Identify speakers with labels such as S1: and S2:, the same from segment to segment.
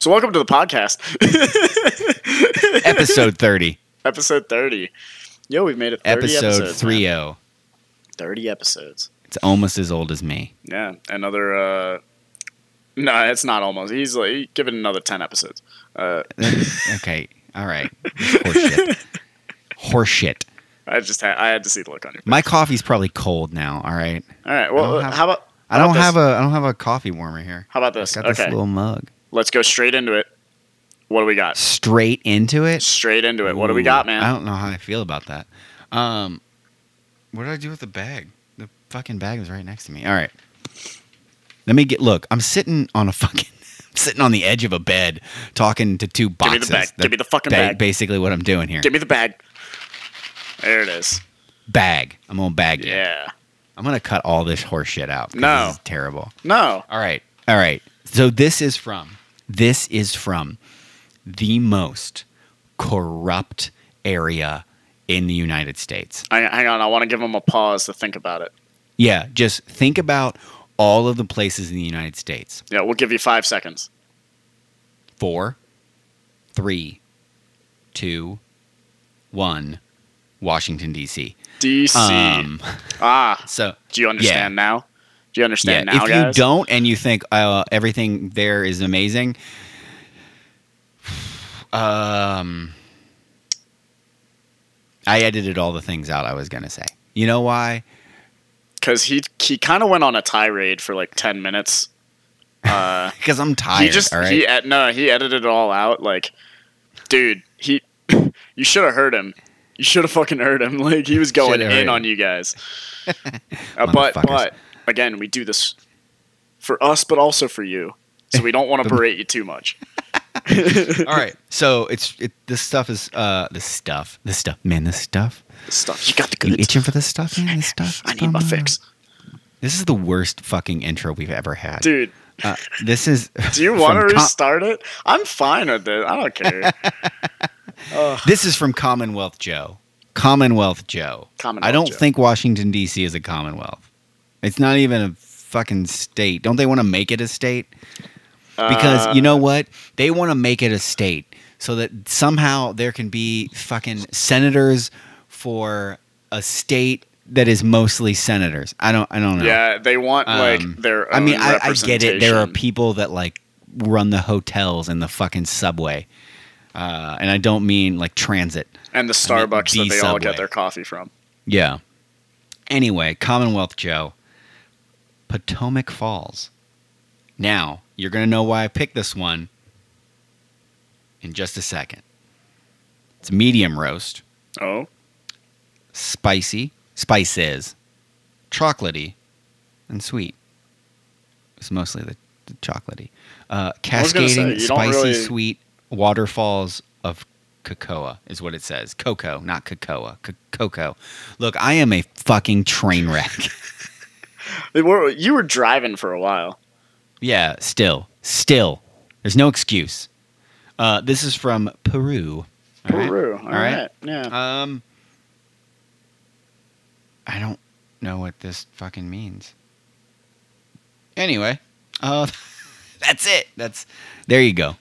S1: So welcome to the podcast,
S2: Episode 30.
S1: episode thirty. Yo, we've made it thirty
S2: episode
S1: episodes,
S2: 30.
S1: man. Thirty episodes.
S2: It's almost as old as me.
S1: Yeah, another. uh No, it's not almost. He's like he- give it another ten episodes. Uh,
S2: okay. All right. Horseshit. Horseshit.
S1: I just had I had to see the look on your.
S2: My coffee's probably cold now. All right.
S1: All right. Well,
S2: don't
S1: uh,
S2: have-
S1: how about
S2: I
S1: How
S2: don't
S1: about
S2: have
S1: this?
S2: a I don't have a coffee warmer here.
S1: how about
S2: It's
S1: this?
S2: got
S1: Okay,
S2: this little mug.
S1: let's go straight into it. What do we got?
S2: Straight into it.
S1: Straight into it. What do we
S2: Ooh,
S1: got, man?
S2: I don't know how I feel about that. Um, what did I do with the bag? The fucking bag was right next to me. All right. Let me get. Look, I'm sitting on a fucking. sitting on the edge of a bed talking to two
S1: me the
S2: boxes.
S1: bag. Give me the fucking
S2: ba-
S1: bag.
S2: Basically, what I'm doing here.
S1: Give me the bag. There it is.
S2: bag. I'm gonna bag you.
S1: Yeah.
S2: I'm gonna cut all this horse shit out. 'cause
S1: No.
S2: This is terrible.
S1: No.
S2: All right. All right. So this is from this is from the most corrupt area in the United States.
S1: Hang, hang on. I want to give him a pause to think about it.
S2: Yeah, just think about all of the places in the United States.
S1: Yeah, we'll give you five seconds.
S2: Four, three, two, one, Washington D.C.
S1: DC.
S2: Um,
S1: ah,
S2: so
S1: do you understand now? Do you
S2: yeah,
S1: understand now,
S2: if
S1: guys?
S2: you don't and you think uh, everything there is amazing, um, I edited all the things out I was gonna say. You know why?
S1: Because he he kind of went on a tirade for like ten minutes. Uh,
S2: Because I'm tired.
S1: he just
S2: all right.
S1: he ed- no he edited it all out. Like, dude, he you should have heard him. You should have fucking heard him. Like he was going
S2: Shoulda heard
S1: in
S2: him.
S1: on you guys. Uh, but
S2: Motherfuckers.
S1: but again, we do this for us, but also for you. So we don't want to berate you too much.
S2: All right. So it's it, this stuff is uh this stuff this stuff man this stuff
S1: Stuff you got the
S2: you
S1: goods.
S2: itching for this stuff man this stuff.
S1: I need my
S2: Come on.
S1: fix,
S2: This is the worst fucking intro we've ever had,
S1: dude.
S2: Uh, this is.
S1: Do you
S2: from
S1: want to
S2: Com-
S1: restart it? I'm fine with it. I don't care. Ugh.
S2: This is from Commonwealth Joe. Commonwealth Joe.
S1: Commonwealth
S2: I don't
S1: Joe.
S2: think Washington D.C. is a Commonwealth. It's not even a fucking state. Don't they want to make it a state? Because
S1: Uh.
S2: you know what? They want to make it a state so that somehow there can be fucking senators for a state that is mostly senators. I don't. I don't know.
S1: Um, Yeah, they want like
S2: Um,
S1: their. Own
S2: I mean, I, I get it. There are
S1: representation.
S2: people that like run the hotels and the fucking subway, uh, and I don't mean like transit.
S1: and the Starbucks that
S2: the
S1: they all get
S2: Subway.
S1: their coffee from.
S2: Yeah. Anyway, Commonwealth Joe, Potomac Falls. Now you're gonna know why I picked this one in just a second. It's medium roast,
S1: Oh,
S2: spicy, spices, chocolatey, and sweet. It's mostly the, the chocolatey. Uh,
S1: I was gonna say,
S2: cascading,
S1: you don't
S2: spicy,
S1: really-
S2: sweet waterfalls of cocoa is what it says. Cocoa, not cocoa. Co- cocoa. Look, I am a fucking train wreck.
S1: They were- you were driving for a while.
S2: yeah, still, still. There's no excuse. Uh, this is from Peru. All right?
S1: Peru. all right. Yeah.
S2: Um, I don't know what this fucking means. Anyway, uh, that's it. That's there you go.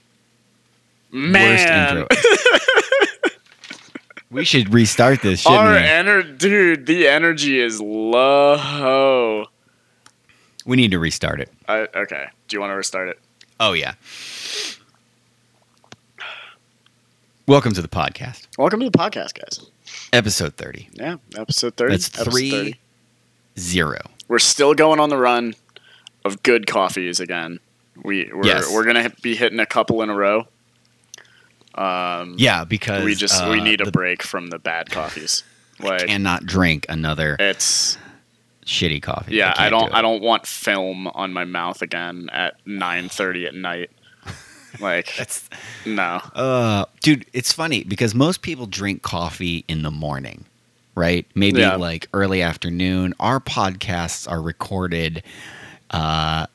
S1: Man,
S2: Worst intro. we should restart this, shouldn't
S1: our
S2: we?
S1: ener- dude, the energy is low.
S2: we need to restart it.
S1: I, okay, do you want to restart it?
S2: Oh yeah. Welcome to the podcast,
S1: Welcome to the podcast, guys.
S2: episode thirty.
S1: Yeah, episode thirty.
S2: That's
S1: episode
S2: three zero.
S1: We're still going on the run of good coffees again. We we're
S2: Yes.
S1: we're gonna be hitting a couple in a row. Um,
S2: Yeah, because
S1: we just we
S2: uh,
S1: need a
S2: the-
S1: break from the bad coffees. Like
S2: cannot drink another
S1: it's
S2: shitty coffee.
S1: yeah, I,
S2: can't
S1: don't
S2: do it.
S1: I don't want film on my mouth again at 9:30 at night. Like
S2: That's
S1: no.
S2: Uh, dude, it's funny because most people drink coffee in the morning, right? Maybe
S1: Yeah.
S2: like early afternoon. Our podcasts are recorded uh,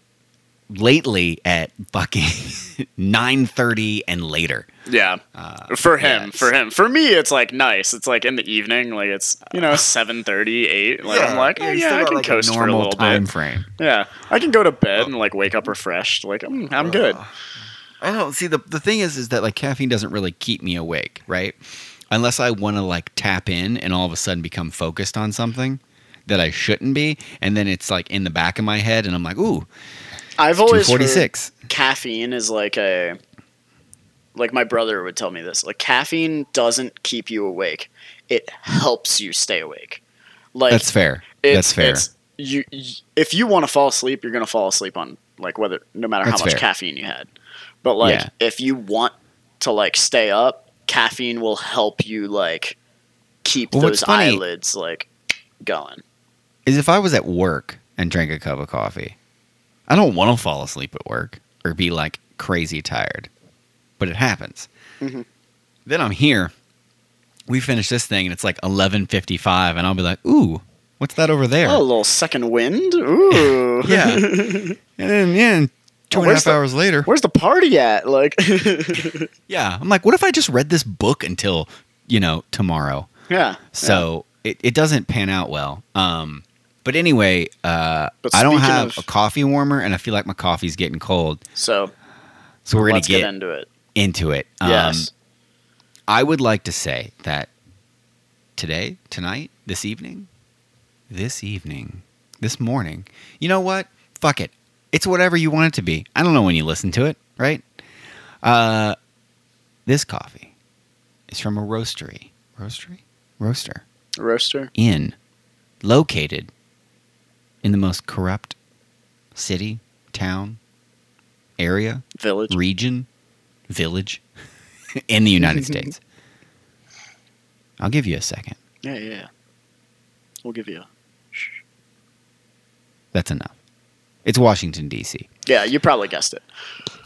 S2: lately at fucking 9:30 and later.
S1: Yeah.
S2: Uh,
S1: for him,
S2: yeah,
S1: for him. For me, it's like nice. It's like in the evening, like it's you know seven thirty, eight. Like I'm like, oh,
S2: Uh, you
S1: yeah,
S2: still
S1: I
S2: got,
S1: can
S2: like, a
S1: coast for a
S2: normal
S1: little
S2: time
S1: bit.
S2: frame.
S1: Yeah, I can go to bed and like wake up refreshed. Like mm, I'm good.
S2: I don't see the the thing is is that like caffeine doesn't really keep me awake, right? Unless I want to like tap in and all of a sudden become focused on something that I shouldn't be, and then it's like in the back of my head, and I'm like, ooh,
S1: I've always heard
S2: 246.
S1: caffeine is like a like my brother would tell me this. Like caffeine doesn't keep you awake. It helps you stay awake. Like
S2: That's fair.
S1: it's,
S2: That's fair.
S1: It's, you, y if you want to fall asleep, you're gonna fall asleep on like whether no matter
S2: That's
S1: how much
S2: fair.
S1: caffeine you had. But like
S2: Yeah.
S1: if you want to like stay up, caffeine will help you like keep
S2: Well, what's
S1: those
S2: funny-
S1: eyelids like going.
S2: is if I was at work and drank a cup of coffee, I don't want to fall asleep at work or be like crazy tired, but it happens.
S1: Mhm.
S2: Then I'm here. We finish this thing and it's like 11:55, and I'll be like, "Ooh, what's that over there?"
S1: Oh, a little second wind. Ooh.
S2: yeah. and then yeah, and two and a
S1: Where's
S2: half
S1: the-
S2: hours later,
S1: Where's the party at? Like
S2: yeah, I'm like, "What if I just read this book until you know tomorrow?"
S1: Yeah. yeah.
S2: So it, it doesn't pan out well. Um, but anyway, uh,
S1: But
S2: I don't
S1: speaking
S2: have
S1: of-
S2: a coffee warmer, and I feel like my coffee's getting cold.
S1: So
S2: So we're gonna
S1: let's
S2: get, um,
S1: get, into it.
S2: into it.
S1: yes.
S2: I would like to say that today, tonight, this evening, this evening, this morning. You know what? Fuck it. It's whatever you want it to be. I don't know when you listen to it, right? Uh, this coffee is from a roastery. Roastery? Roaster.
S1: Roaster.
S2: In, located in the most corrupt city, town, area
S1: Village.
S2: region, village in the United States. I'll give you a second.
S1: Yeah, yeah, yeah. We'll give you a
S2: That's enough. It's Washington D.C.
S1: Yeah, you probably guessed it.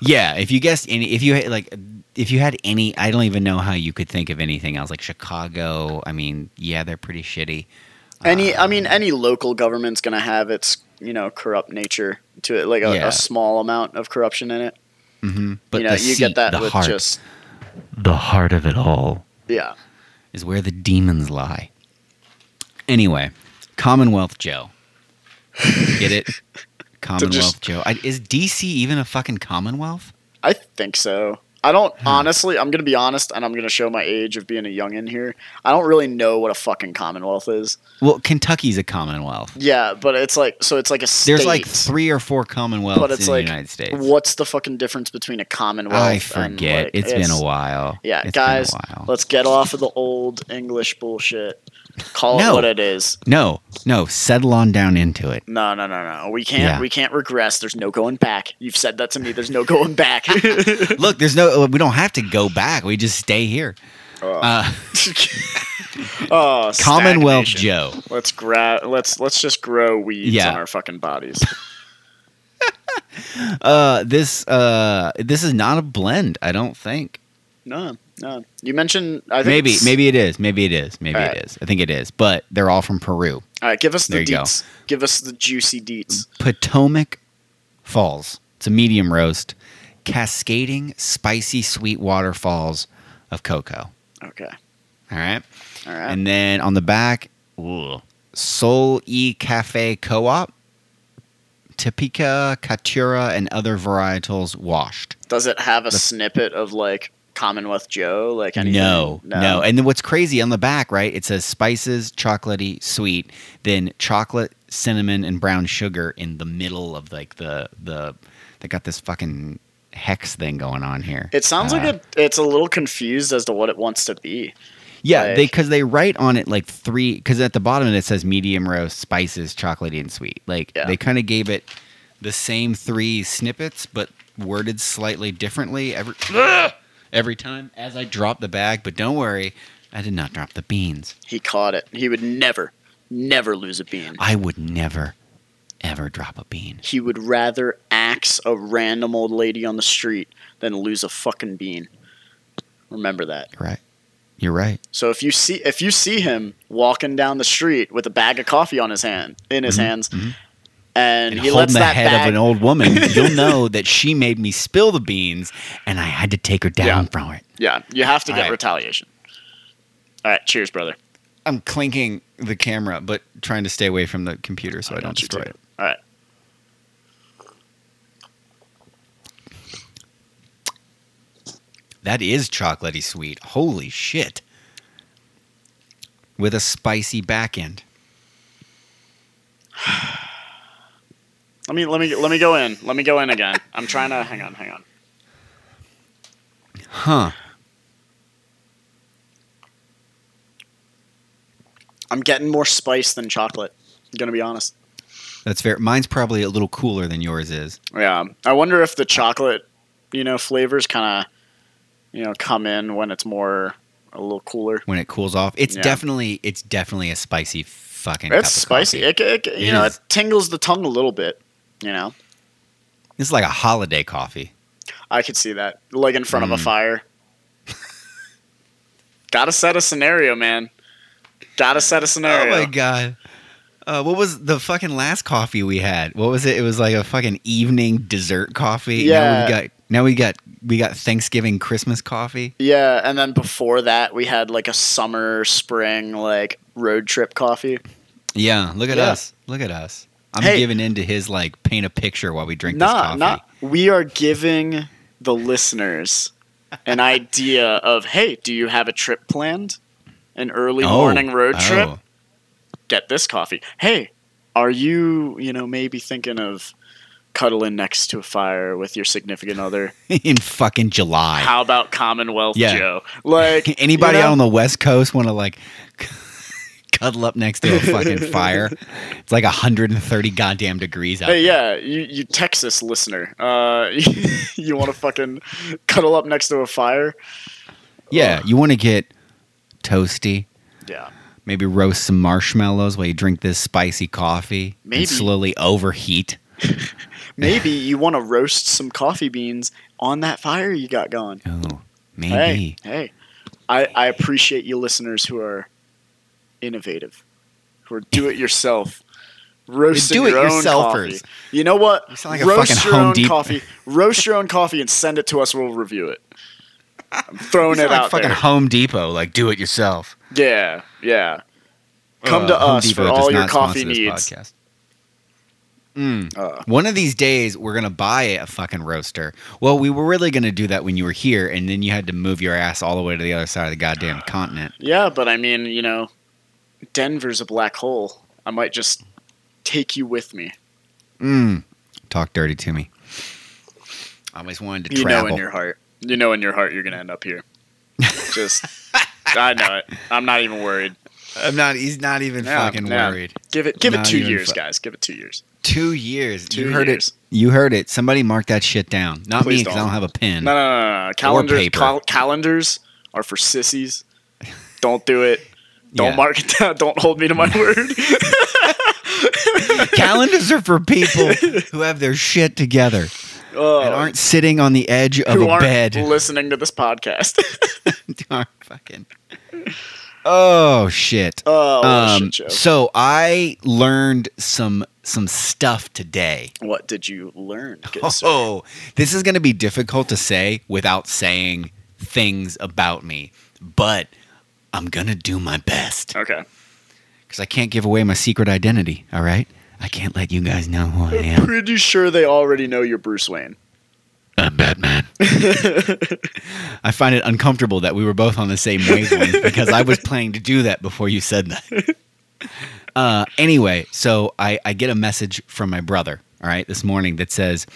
S2: Yeah, if you guessed any, if you had, like, if you had any, I don't even know how you could think of anything else. Like Chicago, I mean, yeah, they're pretty shitty.
S1: Any I
S2: Um,
S1: mean any local government's going to have its, you know, corrupt nature to it like a,
S2: Yeah.
S1: a small amount of corruption in it.
S2: hmm
S1: Mm-hmm.
S2: But
S1: you know,
S2: the
S1: you
S2: seat,
S1: get that
S2: the
S1: with
S2: heart,
S1: just
S2: the heart of it all
S1: yeah.
S2: is where the demons lie. Anyway, Commonwealth Joe. Get it? Commonwealth Joe. I, is DC even a fucking Commonwealth?
S1: I think so. I don't
S2: Hmm.
S1: honestly, I'm going to be honest and I'm going to show my age of being a youngin here. I don't really know what a fucking commonwealth is.
S2: Well, Kentucky's a Commonwealth.
S1: Yeah, but it's like so it's like a state.
S2: There's like three or four Commonwealths
S1: but it's
S2: in
S1: like
S2: the United States.
S1: what's the fucking difference between a commonwealth
S2: I
S1: and,
S2: forget.
S1: like,
S2: it's been a while.
S1: Yeah,
S2: It's been a
S1: guys,
S2: while.
S1: let's get off of the old English bullshit. Call
S2: No.
S1: it what it is.
S2: No, no, settle on down into it.
S1: No, no, no, no. We can't.
S2: Yeah.
S1: We can't regress. There's no going back. You've said that to me. There's no going back.
S2: Look, there's no. We don't have to go back. We just stay here. Uh,
S1: oh,
S2: Commonwealth
S1: stagnation.
S2: Joe.
S1: Let's gra- Let's let's just grow weeds
S2: Yeah.
S1: on our fucking bodies.
S2: Uh, this uh, this is not a blend. I don't think.
S1: No, no. You mentioned. I think
S2: Maybe
S1: it's-
S2: maybe it is. Maybe it is. Maybe
S1: Alright.
S2: it is. I think it is. But they're all from Peru.
S1: All right, give us the
S2: There you go.
S1: deets. Give us the juicy deets.
S2: Potomac Falls. It's a medium roast, cascading spicy sweet waterfalls of cocoa.
S1: Okay.
S2: All right.
S1: All right.
S2: And then on the back, ooh, Sol E Cafe Co op, Topeka, Katura, and other varietals washed.
S1: Does it have a snippet of like Commonwealth Joe? Like anything?
S2: No, no, And then what's crazy on the back, right? It says spices, chocolatey, sweet, then chocolate, cinnamon, and brown sugar in the middle of like the the they got this fucking hex thing going on here.
S1: It sounds like
S2: Uh,
S1: it, it's a little confused as to what it wants to be.
S2: yeah, they
S1: like-
S2: because they write on it like three because at the bottom it says medium roast, spices, chocolatey, and sweet. Like
S1: Yeah.
S2: they kind of gave it the same three snippets, but worded slightly differently every every time as I drop the bag. But don't worry, I did not drop the beans.
S1: He caught it. He would never, never lose a bean.
S2: I would never, ever drop a bean.
S1: He would rather axe a random old lady on the street than lose a fucking bean. Remember that.
S2: You're right. You're right.
S1: So if you see if you see him walking down the street with a bag of coffee on his hand in his hands, and,
S2: Mm-hmm, and
S1: he
S2: holding
S1: lets
S2: the
S1: that
S2: head
S1: bag.
S2: of an old woman, you'll know that she made me spill the beans, and I had to take her down
S1: Yeah.
S2: from it.
S1: yeah, you have to
S2: All
S1: get
S2: right.
S1: retaliation. All right, cheers, brother.
S2: I'm clinking the camera, but trying to stay away from the computer so I, Oh, don't
S1: got you,
S2: destroy
S1: too.
S2: it.
S1: All right.
S2: That is chocolatey sweet. Holy shit! With a spicy back end.
S1: Let me let me let me go in. Let me go in again. I'm trying to hang on, hang on.
S2: Huh.
S1: I'm getting more spice than chocolate. I'm gonna be honest.
S2: That's fair. Mine's probably a little cooler than yours is.
S1: Yeah, I wonder if the chocolate, you know, flavors kind of, you know, come in when it's more a little cooler.
S2: When it cools off, it's
S1: Yeah.
S2: definitely it's definitely a spicy fucking. cup
S1: It's
S2: of
S1: spicy.
S2: coffee.
S1: It, it, it- you
S2: It
S1: know,
S2: is.
S1: it tingles the tongue a little bit. You know,
S2: It's like a holiday coffee.
S1: I could see that, like in front of a
S2: Mm.
S1: fire. Gotta set a scenario, man. Gotta set a scenario.
S2: Oh my god. Uh, what was the fucking last coffee we had? What was it? It was like a fucking evening dessert coffee. Now
S1: Yeah.
S2: we got now we got we got Thanksgiving Christmas coffee.
S1: Yeah, and then before that, we had like a summer, spring, like road trip coffee.
S2: Yeah, look at
S1: Yeah.
S2: us. Look at us. I'm
S1: Hey.
S2: giving in to his like paint a picture while we drink this
S1: Nah,
S2: coffee.
S1: nah. We are giving the listeners an idea of hey, do you have a trip planned? An early
S2: Oh,
S1: morning road
S2: oh.
S1: trip? Get this coffee. Hey, are you, you know, maybe thinking of cuddling next to a fire with your significant other?
S2: in fucking July.
S1: How about Commonwealth
S2: Yeah.
S1: Joe? Like
S2: Anybody
S1: you know?
S2: out on the West Coast want to like cuddle up next to a fucking fire? It's like 130 goddamn degrees out.
S1: Hey, yeah, you, you Texas listener, uh, you want to fucking cuddle up next to a fire?
S2: Yeah, you want to get toasty.
S1: Yeah,
S2: Maybe roast some marshmallows while you drink this spicy coffee. and
S1: Maybe.
S2: slowly overheat.
S1: maybe you want to roast some coffee beans on that fire you got going.
S2: Oh, maybe.
S1: Hey, hey, I, I appreciate you listeners who are innovative, who are do it yourself, roasting your own
S2: do-it-yourselfers.
S1: coffee. You know what?
S2: You sound like a
S1: roast
S2: fucking
S1: your
S2: Home
S1: own
S2: Depot.
S1: coffee. Roast your own coffee and send it to us. We'll review it. I'm
S2: You
S1: throwing
S2: sound
S1: it
S2: like
S1: out
S2: fucking
S1: there.
S2: Home Depot, like do it yourself.
S1: Yeah, yeah. Come
S2: Uh,
S1: to
S2: Home
S1: us for
S2: Depot does
S1: all your
S2: not sponsor
S1: coffee
S2: this
S1: needs.
S2: podcast. Mm.
S1: Uh,
S2: One of these days, we're gonna buy a fucking roaster. Well, we were really gonna do that when you were here, and then you had to move your ass all the way to the other side of the goddamn continent.
S1: yeah, but I mean, you know, Denver's a black hole. I might just take you with me.
S2: Mm. Talk dirty to me. I always wanted to
S1: You
S2: travel.
S1: know in your heart. You know in your heart you're going to end up here. Just, I know it. I'm not even worried.
S2: I'm not. He's not even
S1: Yeah,
S2: fucking
S1: yeah.
S2: worried.
S1: Give it, give
S2: Not
S1: it two
S2: even
S1: years,
S2: fu-
S1: guys. Give it two years.
S2: Two years.
S1: Two
S2: you heard
S1: years.
S2: it. You heard it. Somebody mark that shit down. Not me
S1: Please
S2: 'cause I
S1: don't.
S2: don't have a pen.
S1: No, no, no, no, no. Calendars,
S2: paper.
S1: cal- calendars are for sissies. Don't do it. Don't
S2: Yeah.
S1: mark it down. Don't hold me to my word.
S2: Calendars are for people who have their shit together
S1: Oh,
S2: and aren't sitting on the edge of
S1: who
S2: a
S1: aren't
S2: bed.
S1: listening to this podcast.
S2: Darn fucking. Oh shit.
S1: Oh, what a
S2: Um,
S1: shit show.
S2: so I learned some some stuff today.
S1: What did you learn? Good sir?
S2: Oh, this is going to be difficult to say without saying things about me, but I'm going to do my best
S1: Okay.
S2: because I can't give away my secret identity. All right, I can't let you guys know who I am.
S1: Pretty sure they already know you're Bruce Wayne.
S2: I'm Batman. I find it uncomfortable that we were both on the same wavelength because I was planning to do that before you said that. Uh, anyway, so I, I get a message from my brother, all right, this morning that says,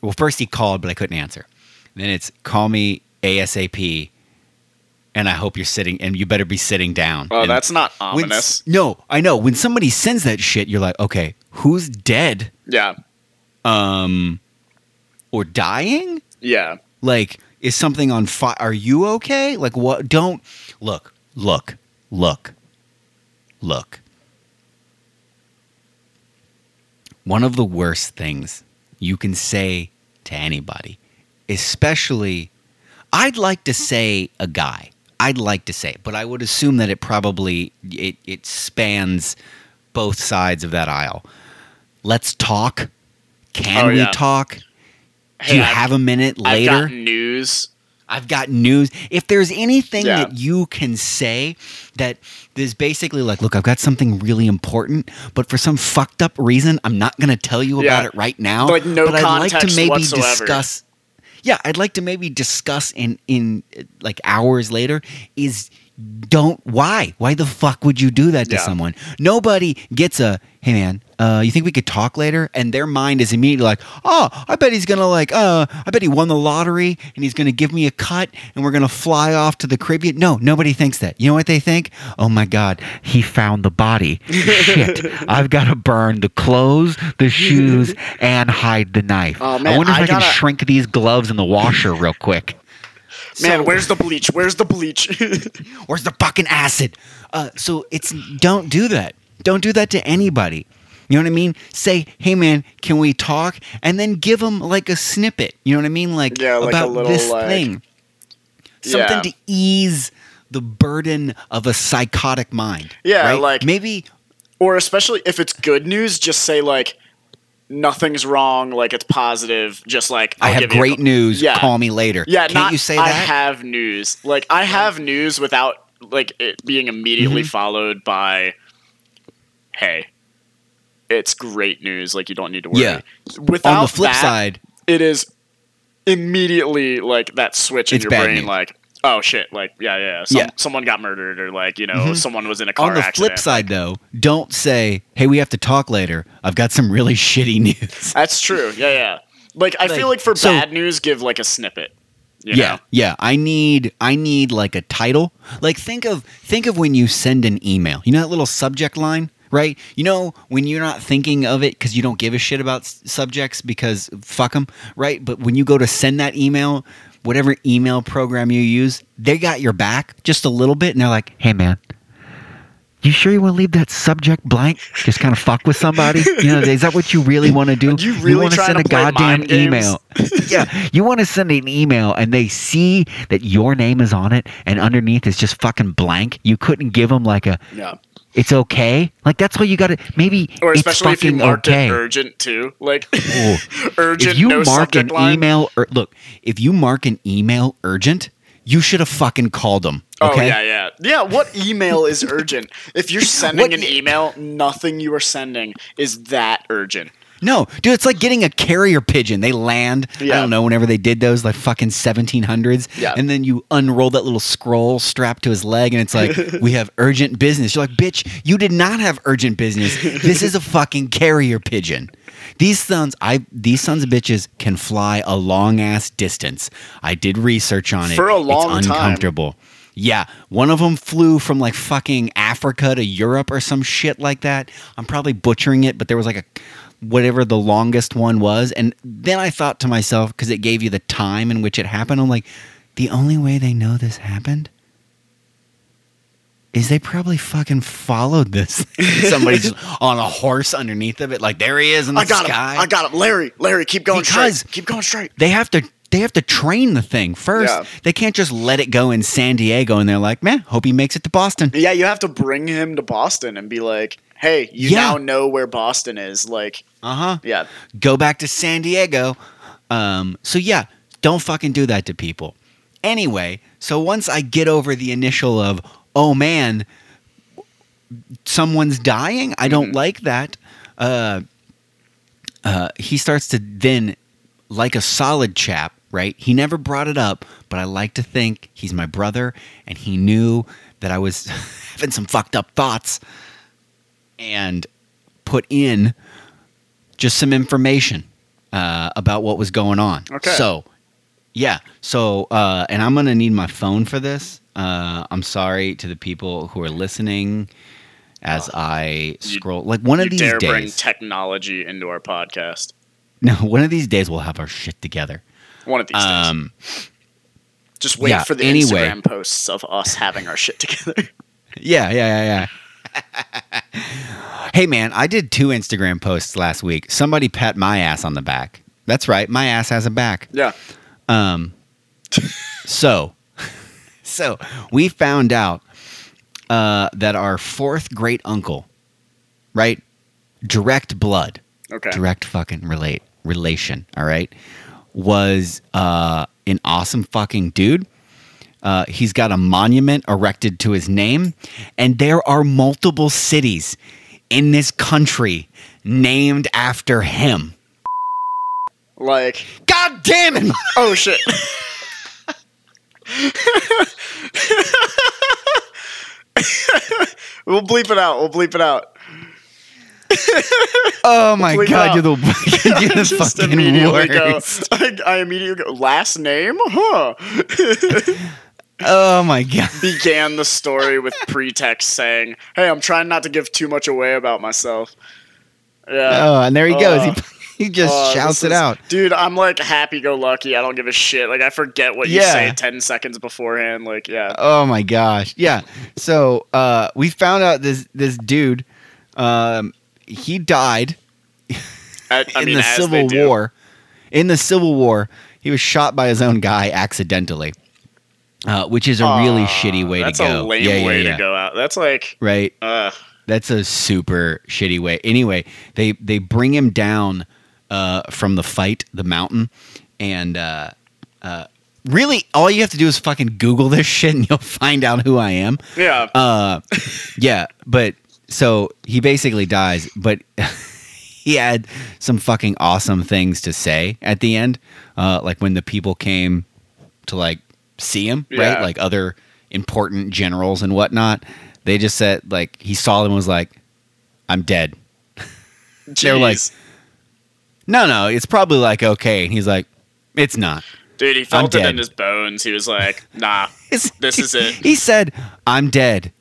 S2: well, first he called, but I couldn't answer. Then it's call me ASAP, and I hope you're sitting, and you better be sitting down.
S1: Oh,
S2: And
S1: that's not
S2: when
S1: ominous.
S2: s- no, I know. When somebody sends that shit, you're like, okay, who's dead
S1: yeah.
S2: um, or dying?
S1: Yeah.
S2: Like, is something on fire? Are you okay? Like, what? Don't look, look, look, look. One of the worst things you can say to anybody, especially, I'd like to say a guy. I'd like to say, but I would assume that it probably it it spans both sides of that aisle. Let's talk. Can
S1: Oh,
S2: we
S1: yeah.
S2: talk?
S1: Hey,
S2: Do you
S1: I've-
S2: have a minute later?
S1: I've got news.
S2: I've got news. If there's anything
S1: Yeah.
S2: that you can say that is basically like, look, I've got something really important, but for some fucked up reason, I'm not going to tell you about
S1: Yeah.
S2: it right now.
S1: But no context whatsoever.
S2: discuss. Yeah, I'd like to maybe discuss in in uh, like hours later is don't why why the fuck would you do that to
S1: Yeah.
S2: someone? Nobody gets a hey man, uh, you think we could talk later? And their mind is immediately like, oh, I bet he's gonna like, uh, I bet he won the lottery and he's gonna give me a cut and we're gonna fly off to the Caribbean. No, nobody thinks that. You know what they think? Oh my god, he found the body. Shit, I've gotta burn the clothes, the shoes, and hide the knife.
S1: Oh, man,
S2: I wonder if
S1: I
S2: I, can
S1: gotta-
S2: shrink these gloves in the washer real quick.
S1: Man,
S2: So-
S1: where's the bleach? Where's the bleach?
S2: Where's the fucking acid? Uh, so it's don't do that. Don't do that to anybody. You know what I mean? Say, hey man, can we talk? And then give them like a snippet. You know what I mean? Like,
S1: Yeah, like a
S2: about
S1: little,
S2: this
S1: like-
S2: thing. Something
S1: Yeah.
S2: to ease the burden of a psychotic mind.
S1: Yeah,
S2: right?
S1: like-
S2: maybe
S1: or especially if it's good news, just say like nothing's wrong, like it's positive. Just like
S2: i
S1: I'll
S2: have
S1: give you a
S2: great
S1: call."
S2: news.
S1: Yeah.
S2: Call me later.
S1: Yeah,
S2: Can't
S1: not
S2: you say
S1: I
S2: that?
S1: have news. Like I have news without like it being immediately
S2: Mm-hmm.
S1: followed by hey. It's great news. Like you don't need to worry.
S2: Yeah.
S1: Without
S2: On the flip
S1: that,
S2: side,
S1: it is immediately like that switch in
S2: It's
S1: your
S2: bad
S1: brain,
S2: news.
S1: like, oh shit, like yeah, yeah, yeah. Some,
S2: Yeah. Mm-hmm.
S1: someone got murdered, or like you know, someone was in a car
S2: on the
S1: accident.
S2: flip side though, don't say, "Hey, we have to talk later. I've got some really shitty news."
S1: That's true. Yeah, yeah. Like I feel
S2: Like,
S1: like for
S2: so-
S1: bad news, give like a snippet. You
S2: yeah,
S1: know?
S2: yeah. I need I need like a title. Like think of think of when you send an email. You know that little subject line, right? You know when you're not thinking of it because you don't give a shit about s- subjects because fuck them, right? But when you go to send that email, whatever email program you use, they got your back just a little bit, and they're like, "Hey, man." You sure you want to leave that subject blank? Just kind of fuck with somebody? You know, is that what you really want to do?
S1: You really
S2: wanna
S1: trying
S2: send
S1: to
S2: a
S1: play mind
S2: goddamn
S1: games?
S2: email yeah, you want to send an email and they see that your name is on it and underneath is just fucking blank. You couldn't give them like a
S1: Yeah.
S2: it's okay. Like that's why you got to maybe
S1: Or
S2: it's
S1: especially if you
S2: fucking
S1: marked
S2: okay.
S1: it urgent too, like
S2: Ooh.
S1: urgent.
S2: if you
S1: no
S2: mark an
S1: subject line.
S2: email or look, if you mark an email urgent, you should have fucking called them.
S1: Oh
S2: Okay?
S1: yeah, yeah, yeah. What email is urgent? If you're sending
S2: What
S1: an
S2: e-
S1: email, nothing you are sending is that urgent.
S2: No, dude, it's like getting a carrier pigeon. They land. I
S1: Yeah.
S2: don't know. Whenever they did those, like fucking seventeen hundreds.
S1: Yeah.
S2: And then you unroll that little scroll strapped to his leg, and it's like, "We have urgent business." You're like, "Bitch, you did not have urgent business. This is a fucking carrier pigeon." These sons, I these sons of bitches can fly a long ass distance. I did research on it
S1: For a long
S2: It's
S1: time.
S2: uncomfortable. Yeah, one of them flew from like fucking Africa to Europe or some shit like that. I'm probably butchering it, but there was like a whatever the longest one was. And then I thought to myself, because it gave you the time in which it happened, I'm like, the only way they know this happened is they probably fucking followed this. Somebody's on a horse underneath of it, like there he is in the
S1: I got
S2: sky.
S1: him. I got him. Larry, Larry, keep going
S2: Because-
S1: straight. Keep going straight.
S2: they have to they have to train the thing first.
S1: Yeah.
S2: They can't just let it go in San Diego and they're like, man, hope he makes it to Boston.
S1: Yeah, you have to bring him to Boston and be like, "Hey, you
S2: Yeah.
S1: now know where Boston is." Like,
S2: Uh huh.
S1: yeah,
S2: Go back to San Diego. Um, so yeah, don't fucking do that to people. Anyway, so once I get over the initial of, oh man, someone's dying. I don't like that. Uh, uh, he starts to then, like a solid chap, right? He never brought it up, but I like to think he's my brother, and he knew that I was having some fucked up thoughts, and put in just some information uh, about what was going on.
S1: Okay.
S2: So, yeah. So, uh, and I'm gonna need my phone for this. Uh, I'm sorry to the people who are listening as I scroll. Like one
S1: Oh. you
S2: of these
S1: dare
S2: days,
S1: bring technology into our podcast.
S2: no, one of these days we'll have our shit together.
S1: One of these days.
S2: Um,
S1: Just wait
S2: yeah,
S1: for the
S2: anyway.
S1: Instagram posts of us having our shit together.
S2: yeah, yeah, yeah, yeah. hey, man, I did two Instagram posts last week. Somebody pat my ass on the back. That's right, my ass has a back.
S1: yeah.
S2: Um, so, so we found out uh, that our fourth great uncle, right, direct blood,
S1: Okay.
S2: direct fucking relate relation all right was uh an awesome fucking dude uh, he's got a monument erected to his name and there are multiple cities in this country named after him
S1: Like,
S2: god damn it
S1: oh shit. we'll bleep it out. We'll bleep it out.
S2: oh my
S1: Bleep
S2: god
S1: out.
S2: you're the, you're the
S1: Just
S2: fucking
S1: immediately go.
S2: worst
S1: I, I immediately go. Last name? Huh.
S2: oh my god
S1: Began the story with pretext saying, "Hey, I'm trying not to give too much away about myself." Yeah.
S2: oh and there he goes
S1: Uh,
S2: he, he just
S1: Oh,
S2: shouts
S1: this
S2: it
S1: is-
S2: out
S1: Dude, I'm like happy go lucky. I don't give a shit. Like I forget what you
S2: Yeah.
S1: say 10 seconds beforehand. Like, yeah.
S2: Oh my gosh. Yeah. So uh, we found out this this dude, um, he died
S1: I, I
S2: in
S1: mean,
S2: the
S1: as they
S2: Civil
S1: do.
S2: War. In the Civil War, he was shot by his own guy accidentally, uh, which is a really
S1: Aw,
S2: shitty way
S1: Ah, that's
S2: to
S1: a
S2: go.
S1: lame
S2: Yeah, yeah,
S1: way
S2: yeah.
S1: to go out. That's like,
S2: Right.
S1: uh,
S2: That's a super shitty way. Anyway, they they bring him down uh, from the fight, the mountain, and uh, uh, really all you have to do is fucking Google this shit, and you'll find out who I am.
S1: yeah.
S2: Uh, yeah, but so he basically dies, but he had some fucking awesome things to say at the end, uh, like when the people came to like see him,
S1: Yeah.
S2: right? Like other important generals and whatnot. They just said like he saw them and was like, "I'm dead." they were like-
S1: Jeez.
S2: No, no, it's probably like okay, and he's like, "It's not."
S1: dude, he felt it
S2: dead.
S1: in his bones. He was like, nah,
S2: It's,
S1: This is it.
S2: He said, "I'm dead.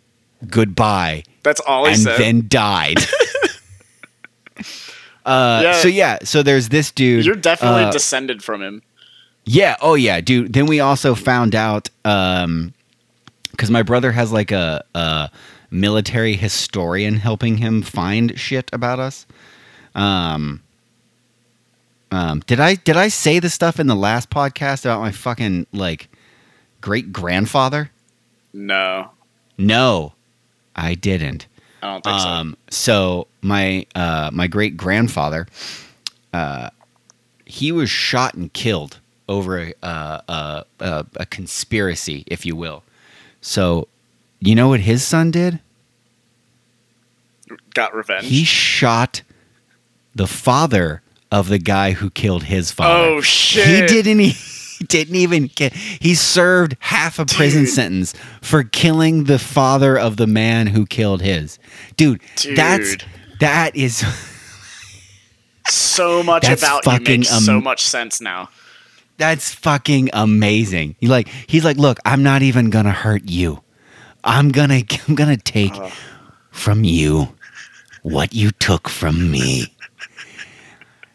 S2: Goodbye."
S1: that's all he
S2: and
S1: said.
S2: then died. uh,
S1: Yeah.
S2: So yeah, so there's this dude.
S1: You're definitely
S2: uh,
S1: descended from him.
S2: yeah. Oh yeah, dude. Then we also found out um, because my brother has like a, a military historian helping him find shit about us. Um. Um, did I did I say the stuff in the last podcast about my fucking like great grandfather?
S1: No,
S2: No, I didn't.
S1: I don't think
S2: Um, so my uh, my great grandfather, uh, he was shot and killed over a, uh, a, a, a conspiracy, if you will. So, you know what his son did?
S1: so. Got revenge.
S2: He shot the father of the guy who killed his father.
S1: oh, shit.
S2: He didn't. e- He didn't even get. He served half a prison
S1: Dude.
S2: sentence for killing the father of the man who killed his. Dude, that's
S1: Dude.
S2: that is.
S1: So much
S2: That's
S1: about you
S2: fucking
S1: makes so
S2: am-
S1: much sense now.
S2: That's fucking amazing. He like he's like, look, I'm not even gonna hurt you. I'm gonna I'm gonna take
S1: Ugh.
S2: from you what you took from me.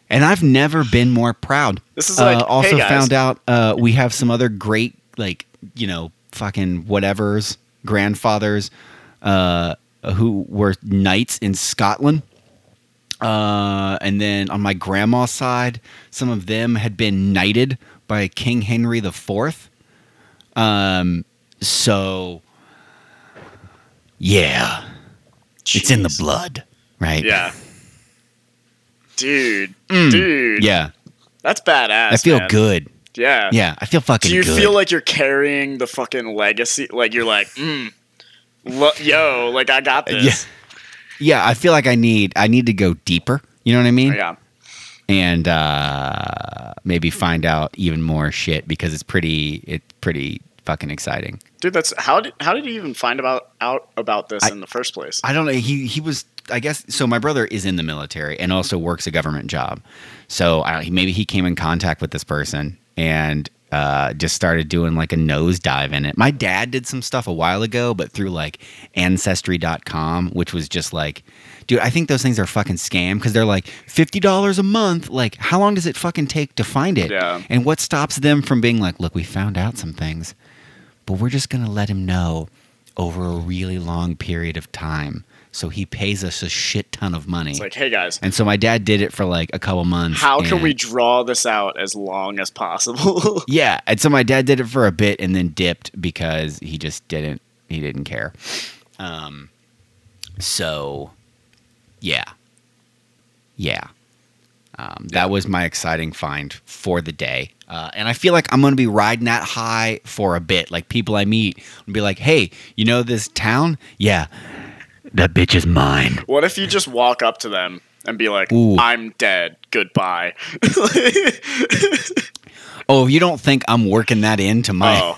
S2: and I've never been more proud.
S1: This is like,
S2: uh, also
S1: hey, guys.
S2: found out uh, we have some other great like you know fucking whatever's grandfathers uh, who were knights in Scotland. Uh, and then on my grandma's side, some of them had been knighted by King Henry IV. Um, so yeah, it's in the
S1: Jeez.
S2: blood, right?
S1: Yeah. Dude,
S2: Mm.
S1: dude.
S2: yeah.
S1: That's badass.
S2: I feel
S1: man.
S2: good.
S1: Yeah.
S2: Yeah, I feel fucking.
S1: Do you
S2: good.
S1: feel like you're carrying the fucking legacy? Like you're like, mm, lo- yo, like I
S2: Uh,
S1: got this.
S2: Yeah, I feel like I need I need to go deeper. You know what I mean?
S1: Yeah. Oh, yeah.
S2: And uh, maybe find out even more shit because it's pretty it's pretty fucking exciting.
S1: Dude, that's how did how did you even find about out about this
S2: I-
S1: in the first place?
S2: I don't know. He he was I guess so. My brother is in the military and also works a government job. So I don't, maybe he came in contact with this person and uh, just started doing like a nosedive in it. My dad did some stuff a while ago, but through like ancestry.com, which was just like, dude, I think those things are fucking scam because they're like fifty dollars a month. Like, how long does it fucking take to find it?
S1: Yeah.
S2: And what stops them from being like, look, we found out some things but we're just going to let him know over a really long period of time. So he pays us a shit ton of money.
S1: It's like, hey guys,
S2: and so my dad did it for like a couple months.
S1: how can
S2: and-
S1: we draw this out as long as possible?
S2: Yeah, and so my dad did it for a bit and then dipped because he just didn't he didn't care. Um so yeah. Yeah. Um, That was my exciting find for the day. Uh, and I feel like I'm going to be riding that high for a bit. Like people I meet will be like, hey, you know this town? Yeah, that bitch is mine.
S1: What if you just walk up to them and be like,
S2: Ooh.
S1: "I'm dead. Goodbye."
S2: Oh, you don't think I'm working that into my
S1: oh, oh,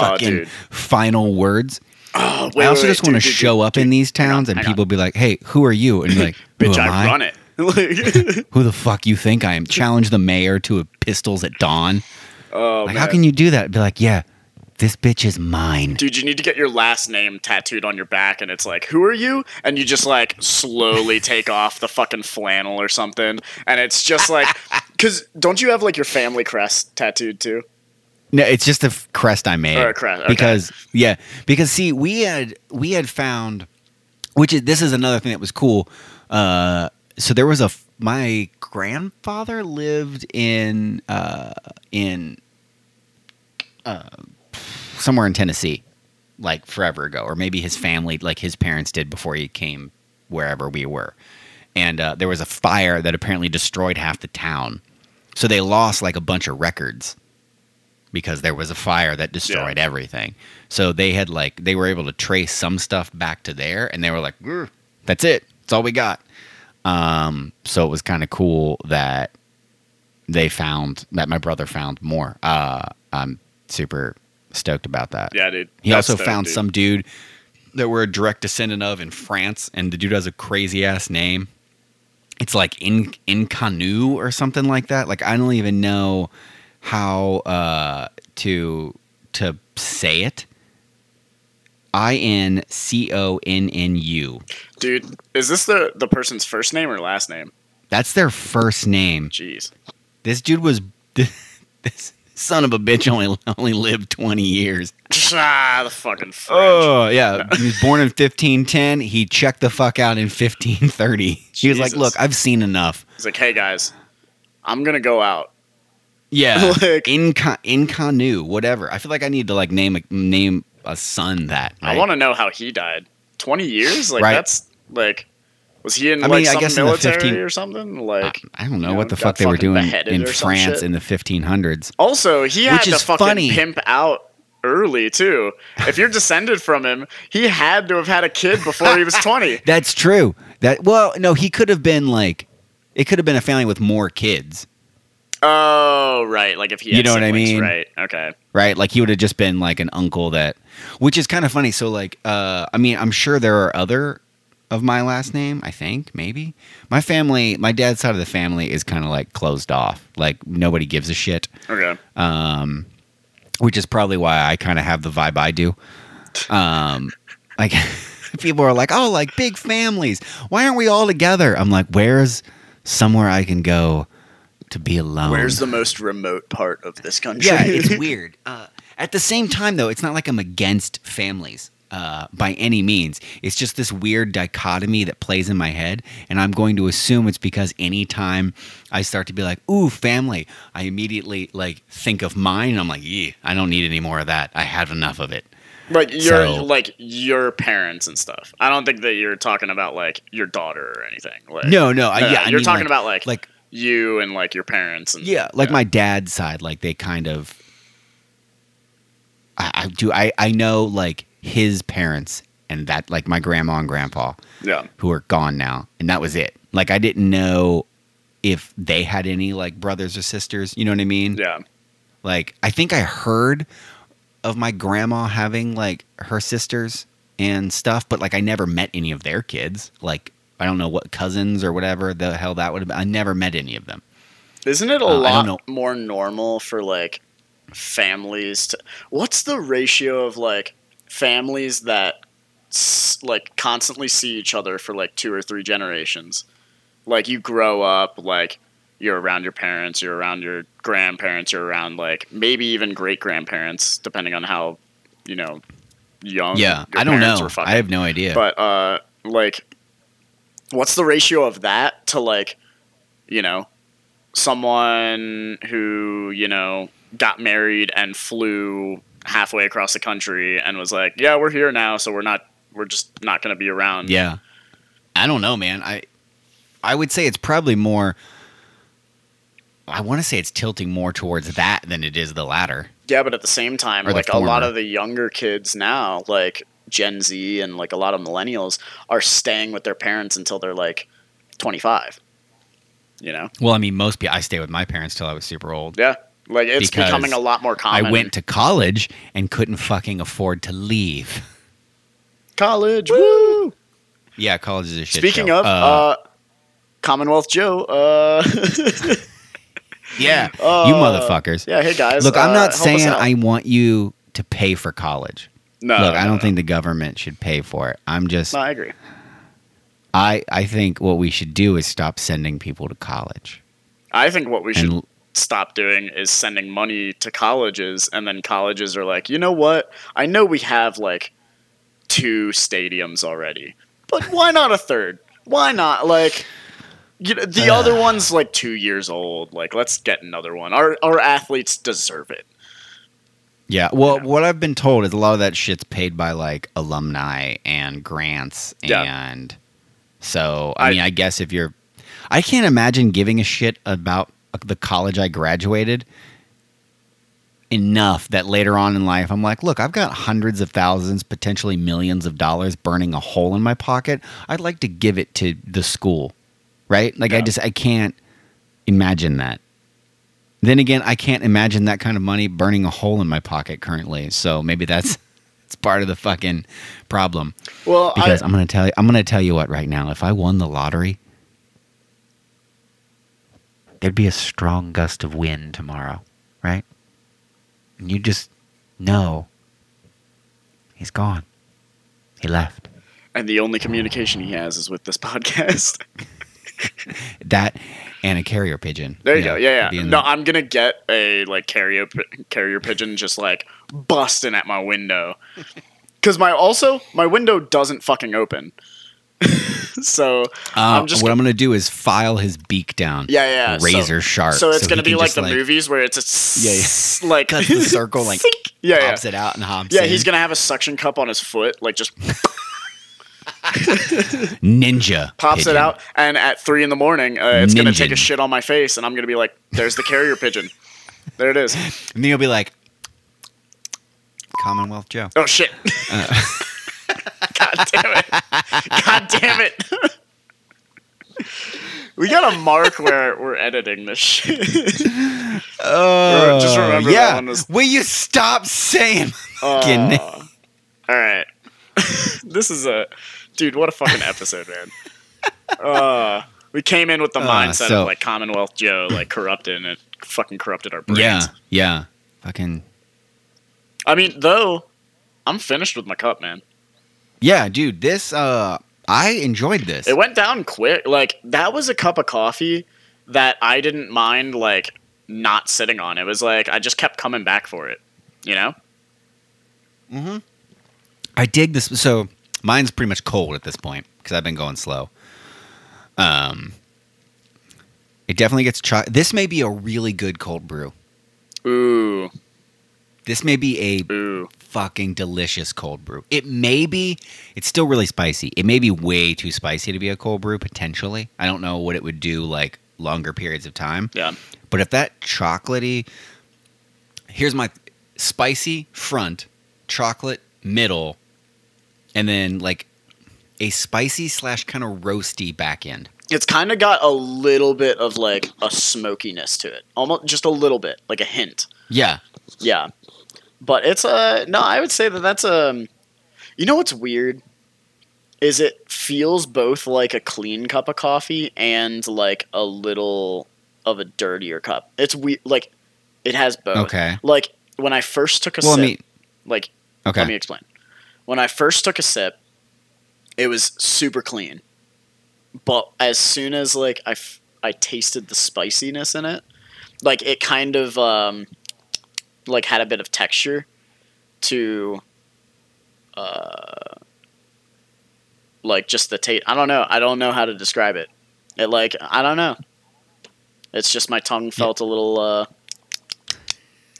S2: fucking
S1: dude.
S2: final words?
S1: Oh, wait,
S2: I also
S1: wait,
S2: just
S1: wait,
S2: want to
S1: dude, dude,
S2: show
S1: dude,
S2: up
S1: dude.
S2: in these towns and
S1: hang on.
S2: people be like, hey, who are you? And you're like, who
S1: Bitch,
S2: am
S1: I
S2: I?
S1: run it. Like,
S2: Who the fuck you think I am? Challenge the mayor to a pistols at dawn.
S1: oh
S2: like,
S1: man.
S2: how can you do that? Be like, yeah, this bitch is mine.
S1: Dude, you need to get your last name tattooed on your back, and it's like, who are you? And you just like slowly take off the fucking flannel or something, and it's just like, because don't you have like your family crest tattooed too?
S2: No, it's just a f- crest I made.
S1: Or a crest, okay.
S2: Because yeah, because see, we had we had found, which is this is another thing that was cool. Uh, so there was a f- my grandfather lived in uh, in uh, somewhere in Tennessee, like forever ago, or maybe his family, like his parents did before he came wherever we were, and uh, there was a fire that apparently destroyed half the town, so they lost like a bunch of records because there was a fire that destroyed everything. So they had like they were able to trace some stuff back to there, and they were like, "Grr, "That's it. That's all we got." Um, so it was kind of cool that they found that my brother found more. Uh, I'm super stoked about that.
S1: Yeah, dude.
S2: He
S1: That's
S2: also
S1: dope,
S2: found
S1: dude.
S2: some dude that we're a direct descendant of in France, and the dude has a crazy ass name. It's like in in Canu or something like that. Like I don't even know how uh, to to say it. I n c o n n u.
S1: Dude, is this the the person's first name or last name?
S2: That's their first name.
S1: Jeez.
S2: This dude was this son of a bitch only only lived twenty years.
S1: Ah, the fucking French.
S2: Oh yeah, he was born in 1510. He checked the fuck out in 1530. He was like,
S1: Jesus.
S2: "Look, I've seen enough."
S1: He's like, hey guys, I'm gonna go out.
S2: Yeah,
S1: Like-
S2: in Ca- in Canu, whatever. I feel like I need to like name a name a son that.
S1: I
S2: right?
S1: want to know how he died. Twenty years? Like
S2: Right.
S1: that's like, was he in
S2: I mean,
S1: like
S2: I
S1: some
S2: guess in the Uh,
S1: military
S2: 15
S1: or something? Like,
S2: I, I don't know
S1: you
S2: what
S1: know,
S2: the
S1: got
S2: fuck they were
S1: fucking
S2: doing
S1: beheaded
S2: in
S1: or some
S2: France
S1: shit.
S2: in the 1500s.
S1: Also, he had
S2: Which
S1: to
S2: is
S1: fucking
S2: funny.
S1: pimp out early too. If you're descended from him, he had to have had a kid before he was 20.
S2: That's true. That well, no, he could have been like, it could have been a family with more kids,
S1: Oh, right. Like if he, had
S2: You know what I
S1: siblings,
S2: mean?
S1: Right. Okay.
S2: right? Like he would have just been like an uncle that, which is kind of funny. So like, uh, I mean, I'm sure there are other of my last name. I think maybe my family, my dad's side of the family is kind of like closed off. Like nobody gives a shit.
S1: Okay.
S2: um, which is probably why I kind of have the vibe I do. Um, like people are like, oh, like big families. Why aren't we all together? I'm like, where's somewhere I can go to be alone?
S1: Where's the most remote part of this country?
S2: Um, yeah? It's weird. Uh, at the same time, though, it's not like I'm against families. Uh, by any means, it's just this weird dichotomy that plays in my head, and I'm going to assume it's because anytime I start to be like, "Ooh, family," I immediately like think of mine, and I'm like, "Yeah, I don't need any more of that. I have enough of it."
S1: like your
S2: So-
S1: like your parents and stuff. I don't think that you're talking about like your daughter or anything. Like, uh,
S2: No, no, I- yeah, I
S1: you're
S2: mean,
S1: talking
S2: like-
S1: about like
S2: like-
S1: you and like your parents and
S2: Yeah, like my dad's side, like they kind of. I, I do. I I know like his parents and that like my grandma and grandpa
S1: yeah.
S2: who are gone now, and that was it. Like I didn't know if they had any like brothers or sisters. You know what I mean?
S1: Yeah.
S2: Like I think I heard of my grandma having like her sisters and stuff, but like I never met any of their kids. Like I don't know what cousins or whatever the hell that would have been. I never met any of them.
S1: Isn't it a
S2: Uh, I don't know.
S1: lot more normal for like families to? What's the ratio of like families that s- like constantly see each other for like two or three generations? Like you grow up, like you're around your parents, you're around your grandparents, you're around like maybe even great grandparents, depending on how you know young.
S2: yeah,
S1: Oh, your
S2: I don't
S1: parents
S2: know.
S1: were fucking.
S2: I have no idea.
S1: But uh, like, what's the ratio of that to like, you know, someone who you know got married and flew halfway across the country and was like, yeah, we're here now, so we're not, we're just not gonna be around.
S2: yeah, I don't know, man. I I would say it's probably more I want to say it's tilting more towards that than it is the latter.
S1: Yeah, but at the same time,
S2: Or the
S1: like a lot
S2: former.
S1: of the younger kids now, like Gen Z and like a lot of millennials, are staying with their parents until they're like 25. You know?
S2: Well, I mean, most people. I stayed with my parents till I was super old.
S1: Yeah. Like it's
S2: Because
S1: becoming a lot more common.
S2: I went to college and couldn't fucking afford to leave.
S1: college. Woo!
S2: Yeah, college is a shit.
S1: Speaking
S2: show.
S1: of, uh, Commonwealth Joe. Uh,
S2: yeah,
S1: uh,
S2: you motherfuckers.
S1: Yeah, hey guys.
S2: Look,
S1: uh,
S2: I'm not
S1: help us
S2: saying
S1: out.
S2: I want you to pay for college.
S1: No,
S2: Look, I
S1: no,
S2: don't
S1: no.
S2: think the government should pay for it. I'm just,
S1: No, I agree.
S2: I, I think what we should do is stop sending people to college.
S1: I think what we should
S2: And-
S1: stop doing is sending money to colleges, and then colleges are like, you know what? I know we have like two stadiums already, but why not a third? Why not like? You know, the
S2: Ugh.
S1: other one's like two years old. Like, let's get another one. Our our athletes deserve it.
S2: Yeah. Well,
S1: Yeah.
S2: what I've been told is a lot of that shit's paid by like alumni and grants,
S1: Yeah.
S2: and so I,
S1: I-
S2: mean, I guess if you're, I can't imagine giving a shit about uh, the college I graduated enough that later on in life I'm like, look, I've got hundreds of thousands, potentially millions of dollars burning a hole in my pocket. I'd like to give it to the school, right? Like I
S1: Yeah.
S2: just I can't imagine that. Then again, I can't imagine that kind of money burning a hole in my pocket currently. So maybe that's it's part of the fucking problem.
S1: Well, I,
S2: Because I, am gonna tell you, I'm gonna tell you what right now. If I won the lottery, there'd be a strong gust of wind tomorrow, right? And you just know he's gone. He left.
S1: and the only communication he has is with this podcast.
S2: That and a carrier pigeon.
S1: There you
S2: know,
S1: go. Yeah,
S2: at the
S1: yeah.
S2: end
S1: No,
S2: of-
S1: I'm gonna get a like carrier p- carrier pigeon just like busting at my window, because my also my window doesn't fucking open. so
S2: Uh,
S1: I'm just
S2: what
S1: gonna-
S2: I'm gonna do is file his beak down.
S1: yeah, yeah. so-
S2: razor sharp.
S1: So it's
S2: he
S1: gonna be
S2: can
S1: like
S2: just,
S1: the movies where it's a
S2: Yeah, yeah.
S1: s- like
S2: Cuts the circle, like,
S1: sink. yeah, yeah.
S2: Pops it out and hops.
S1: Yeah,
S2: in.
S1: he's gonna have a suction cup on his foot, like just
S2: ninja
S1: pops it
S2: pigeon.
S1: out, and at three in the morning, uh, it's gonna take a
S2: Ninjin.
S1: shit on my face, and I'm gonna be like, "There's the carrier pigeon, there it is."
S2: and then you'll be like, Commonwealth Joe.
S1: Oh shit!
S2: Uh.
S1: God damn it! God damn it! we gotta mark where we're editing this shit.
S2: Oh,
S1: Uh, Just remember that
S2: yeah.
S1: one was-
S2: Will you stop saying? fucking name?
S1: all right. this is a dude. What a fucking episode, man. Uh, we came in with the
S2: Uh,
S1: mindset
S2: so-
S1: of like Commonwealth Joe, like corrupted, and it fucking corrupted our brains.
S2: yeah, yeah, fucking
S1: I mean, though, I'm finished with my cup, man.
S2: yeah, dude. This uh, I enjoyed this.
S1: It went down quick. Like that was a cup of coffee that I didn't mind like not sitting on. It was like I just kept coming back for it. You know?
S2: hmm I dig this. So mine's pretty much cold at this point because I've been going slow. Um, it definitely gets cho- This may be a really good cold brew.
S1: Ooh,
S2: This may be a
S1: ooh.
S2: fucking delicious cold brew. It may be, it's still really spicy. It may be way too spicy to be a cold brew, potentially. I don't know what it would do like longer periods of time.
S1: Yeah.
S2: But if that chocolatey, here's my spicy front, chocolate middle, and then like a spicy slash kind of roasty back end.
S1: It's kind of got a little bit of like a smokiness to it. Almost just a little bit, like a hint.
S2: Yeah.
S1: Yeah. But it's a no, I would say that that's a You know what's weird is it feels both like a clean cup of coffee and like a little of a dirtier cup. It's we like it has both.
S2: Okay.
S1: Uh, Like when I first took a
S2: Well, I
S1: sip,
S2: mean,
S1: like
S2: okay.
S1: let me explain. When I first took a sip, it was super clean. But as soon as like I, f- I tasted the spiciness in it, like it kind of um, like had a bit of texture to uh, like just the taste. I don't know. I don't know how to describe it. It like I don't know. It's just my tongue felt a little uh,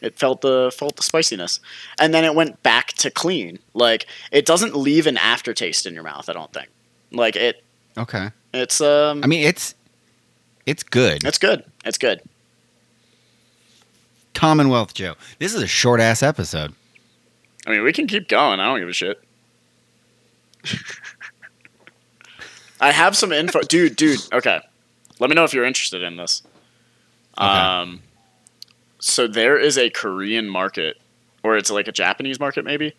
S1: it felt the felt the spiciness, and then it went back to clean. Like it doesn't leave an aftertaste in your mouth. I don't think. Like it,
S2: okay.
S1: it's um,
S2: I mean, it's, it's good.
S1: it's good. It's good.
S2: Commonwealth Joe. This is a short ass episode.
S1: I mean, we can keep going. I don't give a shit. I have some info, dude. Dude, okay. Let me know if you're interested in this.
S2: Okay.
S1: Um, so there is a Korean market, or it's like a Japanese market, maybe,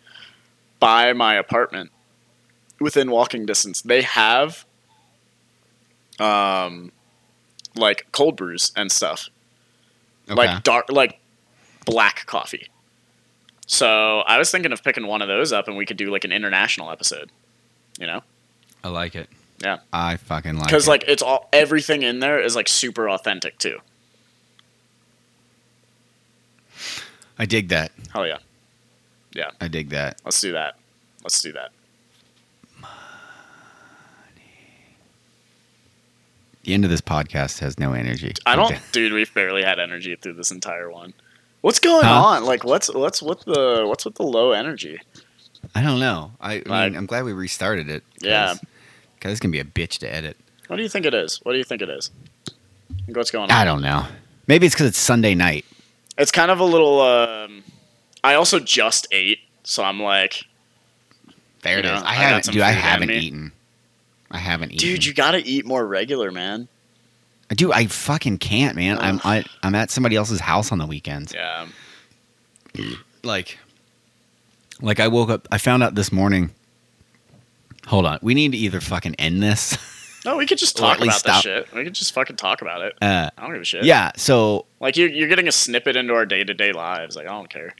S1: by my apartment, within walking distance. They have, um, like cold brews and stuff
S2: Okay.
S1: like dark like black coffee so i was thinking of picking one of those up and we could do like an international episode you know
S2: I like it.
S1: Yeah.
S2: I fucking like it.
S1: because like it's all everything in there is like super authentic too
S2: I dig that.
S1: hell yeah
S2: I dig that.
S1: let's do that let's do that
S2: The end of this podcast has no energy.
S1: i don't dude we've barely had energy through this entire one what's going
S2: Huh?
S1: on like what's what's with the what's with the low energy
S2: I don't know. I, I
S1: Like-
S2: mean, I'm glad we restarted it.
S1: Yeah.
S2: Because it's gonna be a bitch to edit.
S1: what do you think it is what do you think it is Like, what's going on
S2: I don't know. Maybe it's because it's Sunday night.
S1: It's kind of a little. Um, I also just ate, so I'm like,
S2: There it is.
S1: You know,
S2: I
S1: I got
S2: haven't,
S1: some
S2: dude. I
S1: food on
S2: haven't
S1: me.
S2: eaten. I haven't eaten.
S1: dude, you gotta eat more regular, man.
S2: I do. I fucking can't, man. I'm
S1: Ugh.
S2: I, I'm at somebody else's house on the weekends.
S1: Yeah.
S2: Like, like I woke up. I found out this morning. Hold on. We need to either fucking end this.
S1: No, we could just
S2: Or at
S1: talk about
S2: least
S1: this
S2: stop.
S1: shit. We could just fucking talk about it.
S2: Uh,
S1: I don't give a shit.
S2: yeah. So
S1: Like you're you're getting a snippet into our day to day lives. Like I don't care.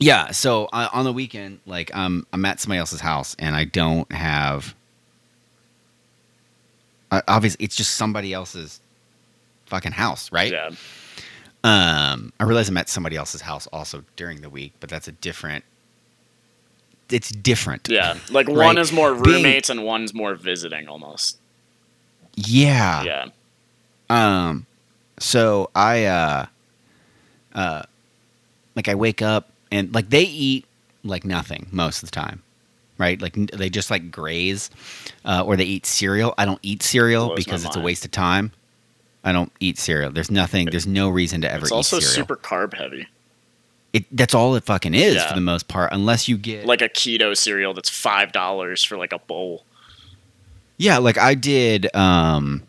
S2: yeah. So uh, on the weekend, like um, I'm at somebody else's house and I don't have. Uh, obviously, it's just somebody else's fucking house, right?
S1: Yeah.
S2: Um, I realize I'm at somebody else's house also during the week, but that's a different. It's different.
S1: Yeah. Like
S2: Right.
S1: one is more
S2: Being-
S1: roommates and one's more visiting almost.
S2: Yeah.
S1: Yeah.
S2: Um, so I uh, uh, like I wake up and like they eat like nothing most of the time, right? Like n- they just like graze, uh, or they eat cereal. I don't eat cereal
S1: Blows my
S2: because it's a
S1: mind.
S2: waste of time. I don't eat cereal. There's nothing. There's no reason to ever
S1: It's
S2: eat
S1: also
S2: cereal.
S1: super carb heavy.
S2: it, that's all it fucking is
S1: Yeah.
S2: for the most part, unless you get
S1: Like a keto cereal that's five dollars for like a bowl.
S2: Yeah, like I did. Um,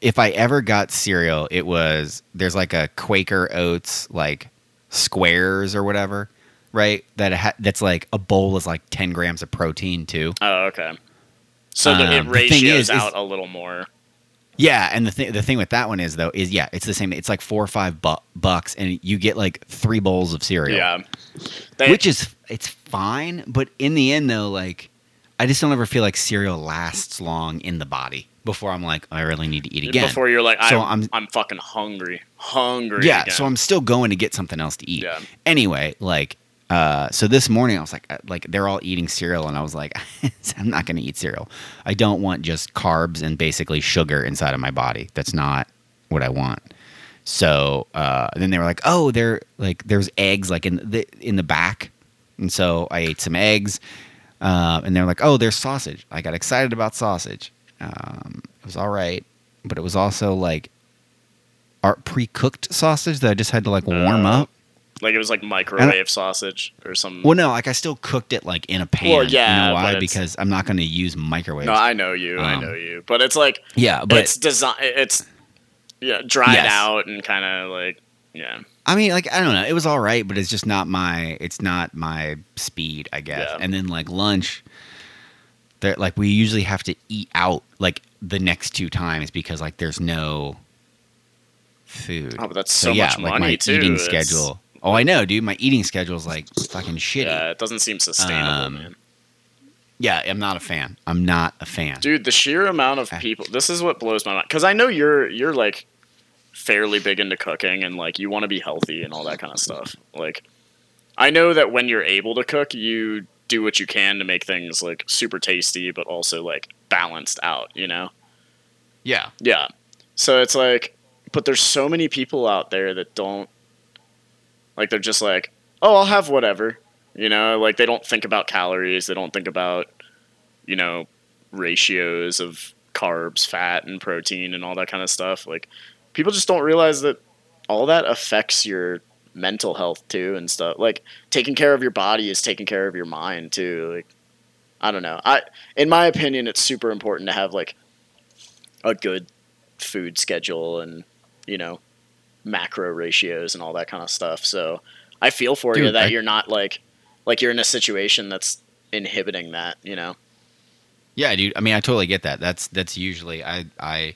S2: if I ever got cereal, it was there's like a Quaker Oats like squares or whatever, right? That ha- that's like a bowl is like ten grams of protein too.
S1: Oh, okay. So the, it
S2: Um, the thing
S1: ratios
S2: is- is-
S1: out a little more.
S2: Yeah, and the thing the thing with that one is though is yeah, it's the same. It's like four or five bu- bucks, and you get like three bowls of cereal,
S1: Yeah. They,
S2: which is it's fine. But in the end though, like I just don't ever feel like cereal lasts long in the body before I'm like I really need to eat again.
S1: before you're like,
S2: So
S1: I'm,
S2: I'm-
S1: I'm fucking hungry, hungry.
S2: Yeah,
S1: again.
S2: so I'm still going to get something else to eat.
S1: Yeah.
S2: Anyway, like, uh, so this morning I was like, uh, like they're all eating cereal, and I was like, I'm not going to eat cereal. I don't want just carbs and basically sugar inside of my body. That's not what I want. So uh, then they were like, oh, there, like, there's eggs like in the in the back, and so I ate some eggs, uh, and they're like, oh, there's sausage. I got excited about sausage. Um, it was all right, but it was also like are pre-cooked sausage that I just had to like warm
S1: Uh,
S2: up.
S1: Like it was like microwave sausage or some.
S2: Well, no, like I still cooked it like in a pan.
S1: Well, yeah,
S2: you know
S1: but
S2: why?
S1: it's-
S2: Because I'm not going to use microwave.
S1: no, I know you, I
S2: Um,
S1: know you, but it's like
S2: yeah, but
S1: it's design. It's yeah, dried
S2: Yes.
S1: out and kind of like yeah,
S2: I mean, like I don't know, it was all right, but it's just not my it's not my speed, I guess.
S1: Yeah.
S2: And then like lunch, there like we usually have to eat out like the next two times because like there's no food.
S1: Oh, but that's so much
S2: like
S1: money,
S2: my
S1: too.
S2: eating
S1: It's-
S2: schedule. Oh, I know, dude. My eating schedule's like fucking shitty.
S1: yeah. It doesn't seem sustainable,
S2: Um,
S1: man.
S2: Yeah, I'm not a fan. I'm not a fan.
S1: Dude, the sheer amount of
S2: Uh,
S1: people. This is what blows my mind because I know you're you're like fairly big into cooking and like you want to be healthy and all that kind of stuff. Like, I know that when you're able to cook, you do what you can to make things like super tasty, but also like balanced out. You know.
S2: Yeah.
S1: Yeah. So it's like, but there's so many people out there that don't, like, they're just like, oh, I'll have whatever. You know, like, they don't think about calories. They don't think about, you know, ratios of carbs, fat, and protein and all that kind of stuff. Like, people just don't realize that all that affects your mental health too and stuff. Like taking care of your body is taking care of your mind too. Like I don't know. I in my opinion it's super important to have like a good food schedule and you know macro ratios and all that kind of stuff. So I feel for
S2: Dude,
S1: you that
S2: I-
S1: you're not like like you're in a situation that's inhibiting that, you know.
S2: Yeah, dude. I mean, I totally get that. That's that's usually I I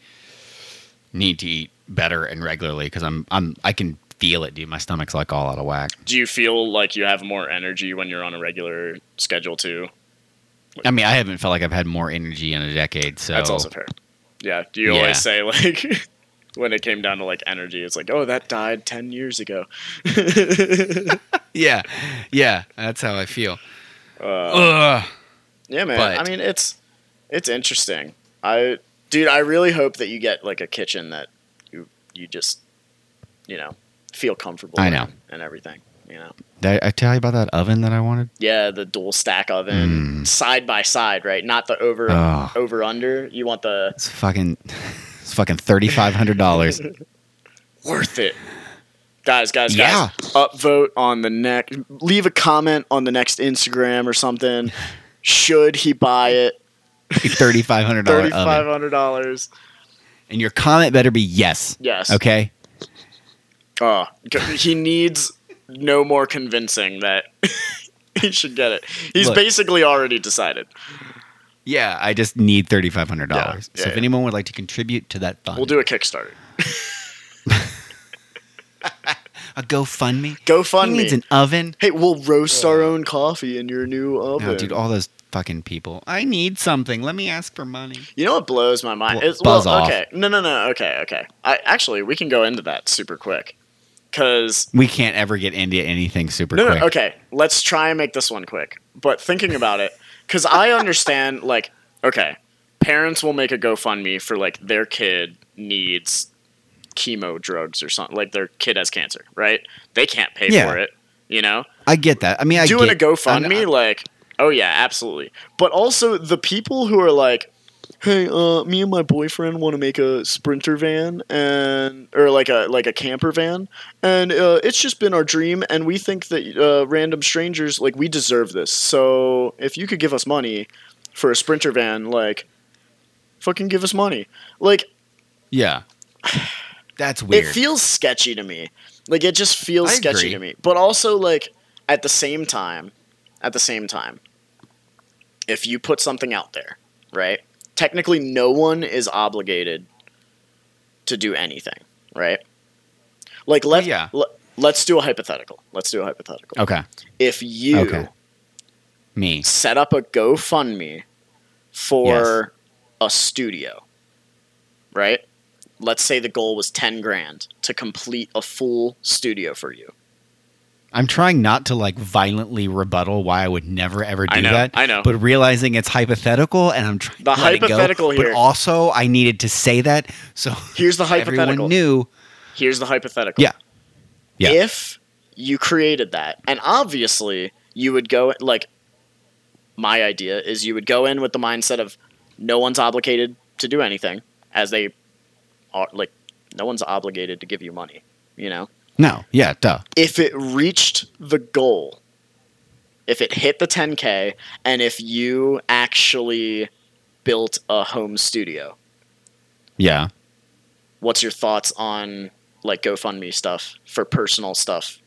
S2: need to eat better and regularly because I'm I'm I can feel it, dude. My stomach's like all out of whack.
S1: Do you feel like you have more energy when you're on a regular schedule too?
S2: I mean, I haven't felt like I've had more energy in a decade. So
S1: That's also fair. Yeah. Do you
S2: Yeah.
S1: always say like when it came down to like energy, it's like, oh, that died ten years ago.
S2: yeah, yeah. That's how I feel.
S1: Uh,
S2: Ugh.
S1: yeah, man.
S2: but-
S1: I mean, it's it's interesting. I dude, I really hope that you get like a kitchen that you you just you know feel comfortable.
S2: I
S1: in
S2: know.
S1: and everything. You know.
S2: Did I, I tell you about that oven that I wanted?
S1: Yeah, the dual stack oven,
S2: Mm.
S1: side by side, right? Not the over
S2: Oh.
S1: over under. You want the
S2: It's fucking it's fucking thirty five hundred dollars.
S1: worth it. Guys, guys, guys.
S2: Yeah.
S1: Upvote on the next. Leave a comment on the next Instagram or something. Should he buy it?
S2: thirty five hundred dollar
S1: Thirty
S2: oven.
S1: five hundred dollars.
S2: And your comment better be yes.
S1: Yes.
S2: Okay.
S1: Oh, g- he needs no more convincing that he should get it. He's
S2: Look.
S1: basically already decided.
S2: Yeah, I just need thirty five hundred dollars.
S1: Yeah, yeah,
S2: so if
S1: yeah.
S2: anyone would like to contribute to that fund,
S1: We'll do a Kickstarter.
S2: a GoFundMe. He
S1: GoFundMe.
S2: needs an oven.
S1: hey, we'll roast our own coffee in your new oven.
S2: No, dude, all those fucking people. I need something. Let me ask for money.
S1: You know what blows my mind?
S2: Bl-
S1: It's, well,
S2: buzz off.
S1: okay. No, no, no. Okay, okay. I actually we can go into that super quick. Cuz
S2: We can't ever get India anything super
S1: no,
S2: quick.
S1: no, okay. Let's try and make this one quick. But thinking about it cuz I understand like okay, parents will make a GoFundMe for like their kid needs chemo drugs or something. Like their kid has cancer, right? They can't pay
S2: Yeah.
S1: for it, you know?
S2: I get that. I mean, I
S1: doing
S2: get,
S1: a GoFundMe,
S2: I'm-
S1: like, oh yeah, absolutely. But also the people who are like, hey, uh, me and my boyfriend want to make a sprinter van and or like a like a camper van, and uh, it's just been our dream, and we think that uh, random strangers like we deserve this. So if you could give us money for a sprinter van, like, fucking give us money, like.
S2: yeah. That's weird.
S1: It feels sketchy to me. Like it just feels
S2: I
S1: sketchy
S2: agree.
S1: to me. But also like at the same time, at the same time, if you put something out there, right? Technically no one is obligated to do anything, right? Like let
S2: Yeah.
S1: le- let's do a hypothetical. Let's do a hypothetical.
S2: okay.
S1: If you
S2: Okay. Me.
S1: set up a GoFundMe for a studio, right? Let's say the goal was 10 grand to complete a full studio for you.
S2: I'm trying not to like violently rebuttal why I would never ever do
S1: I know,
S2: that.
S1: I know.
S2: But realizing it's hypothetical and I'm trying
S1: The
S2: to let it go,
S1: hypothetical here-
S2: But also I needed to say that so
S1: Here's the hypothetical.
S2: everyone knew.
S1: Here's the hypothetical.
S2: Yeah. Yeah.
S1: If you created that, and obviously you would go, like, my idea is you would go in with the mindset of no one's obligated to do anything, as they are, like, no one's obligated to give you money, you know?
S2: No. Yeah, duh.
S1: if it reached the goal, if it hit the 10K, and if you actually built a home studio,
S2: Yeah.
S1: what's your thoughts on like GoFundMe stuff for personal stuff?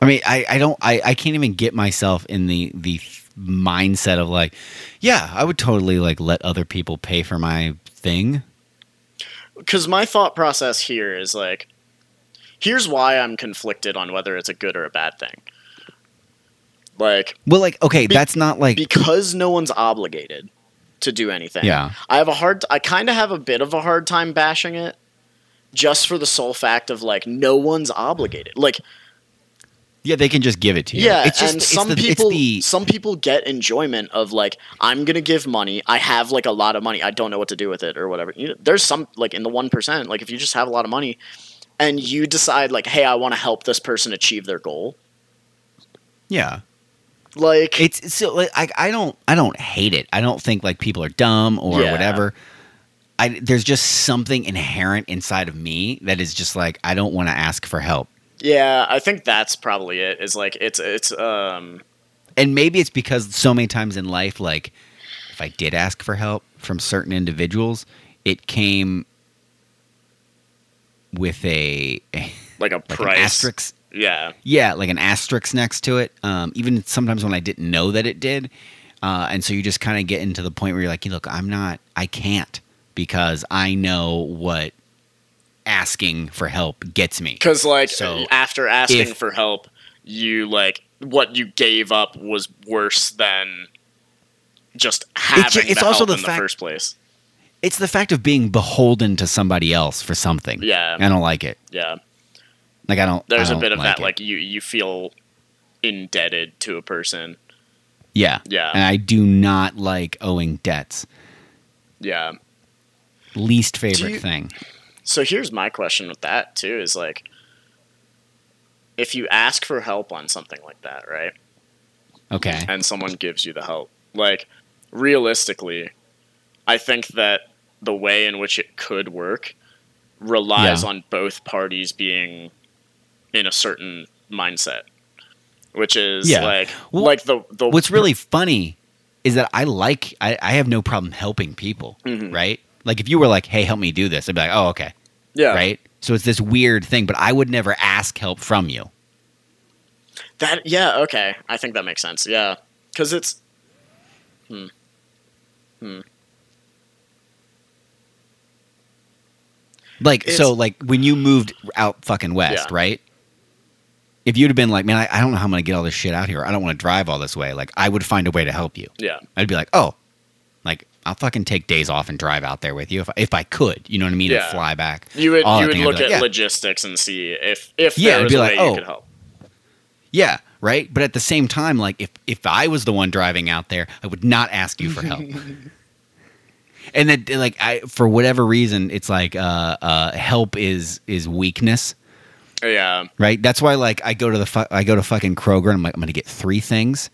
S2: I mean, I, I don't, I, I can't even get myself in the, the mindset of like, yeah, I would totally like let other people pay for my thing.
S1: Because my thought process here is like, here's why I'm conflicted on whether it's a good or a bad thing. Like,
S2: Well, like, okay,
S1: Be-
S2: that's not like,
S1: because no one's obligated to do anything.
S2: yeah,
S1: I have a hard. I kind of have a bit of a hard time bashing it, just for the sole fact of like no one's obligated. Like
S2: yeah, they can just give it to you.
S1: yeah,
S2: it's just,
S1: and
S2: it's
S1: some
S2: the- it's
S1: people
S2: the-
S1: some people get enjoyment of like I'm gonna give money. I have like a lot of money. I don't know what to do with it or whatever. You know, there's some like in the one percent. Like if you just have a lot of money, and you decide like, hey, I want to help this person achieve their goal.
S2: yeah,
S1: Like
S2: it's so like, I, I don't, I don't hate it. I don't think like people are dumb or
S1: Yeah.
S2: whatever. I, there's just something inherent inside of me that is just like, I don't want to ask for help.
S1: Yeah, I think that's probably it. Is like it's it's um
S2: And maybe it's because so many times in life, like if I did ask for help from certain individuals, it came with a, a
S1: like a
S2: like an
S1: price.
S2: asterisk.
S1: Yeah.
S2: Yeah, like an asterisk next to it. Um, even sometimes when I didn't know that it did, uh, and so you just kind of get into the point where you're like, "Look, I'm not, I can't, because I know what asking for help gets me."
S1: Because like
S2: So,
S1: after asking
S2: if-
S1: for help, you like what you gave up was worse than just having
S2: ju- it's
S1: the
S2: also
S1: help
S2: the
S1: in
S2: fact-
S1: the first place.
S2: It's the fact of being beholden to somebody else for something.
S1: Yeah.
S2: I don't like it.
S1: Yeah,
S2: Like I don't.
S1: there's
S2: I
S1: a
S2: don't
S1: bit of that.
S2: it.
S1: Like you you feel indebted to a person.
S2: yeah,
S1: Yeah.
S2: and I do not like owing debts.
S1: Yeah.
S2: Least favorite
S1: you-
S2: thing.
S1: So here's my question with that too is like if you ask for help on something like that, right?
S2: Okay.
S1: and someone gives you the help. Like, realistically, I think that the way in which it could work relies
S2: Yeah.
S1: on both parties being in a certain mindset, which is
S2: Yeah.
S1: like
S2: Well,
S1: like the the
S2: What's really funny is that I like. I, I have no problem helping people.
S1: Mhm.
S2: Right. Like if you were like, "Hey, help me do this," I'd be like, "Oh, okay."
S1: yeah
S2: Right. So it's this weird thing, but I would never ask help from you.
S1: that yeah okay I think that makes sense yeah because it's hmm hmm
S2: Like so,
S1: It's-
S2: like when you moved out fucking west,
S1: Yeah.
S2: right? If you'd have been like, man, I, I don't know how I'm gonna get all this shit out here. I don't want to drive all this way. Like, I would find a way to help you.
S1: yeah
S2: I'd be like, oh, like I'll fucking take days off and drive out there with you if if I could. You know what I mean?
S1: Yeah.
S2: And fly back.
S1: you would
S2: All
S1: you
S2: that
S1: would
S2: thing, I'd be
S1: look
S2: like,
S1: at
S2: yeah.
S1: logistics and see if if
S2: Yeah,
S1: there
S2: I'd
S1: was
S2: be
S1: a
S2: like,
S1: way you
S2: oh,
S1: could help
S2: Yeah, right. But at the same time, like if if I was the one driving out there, I would not ask you for help. and then like I for whatever reason, it's like uh, uh, help is is weakness.
S1: yeah
S2: right? That's why like I go to the fu- I go to fucking Kroger and I'm like I'm gonna get three things,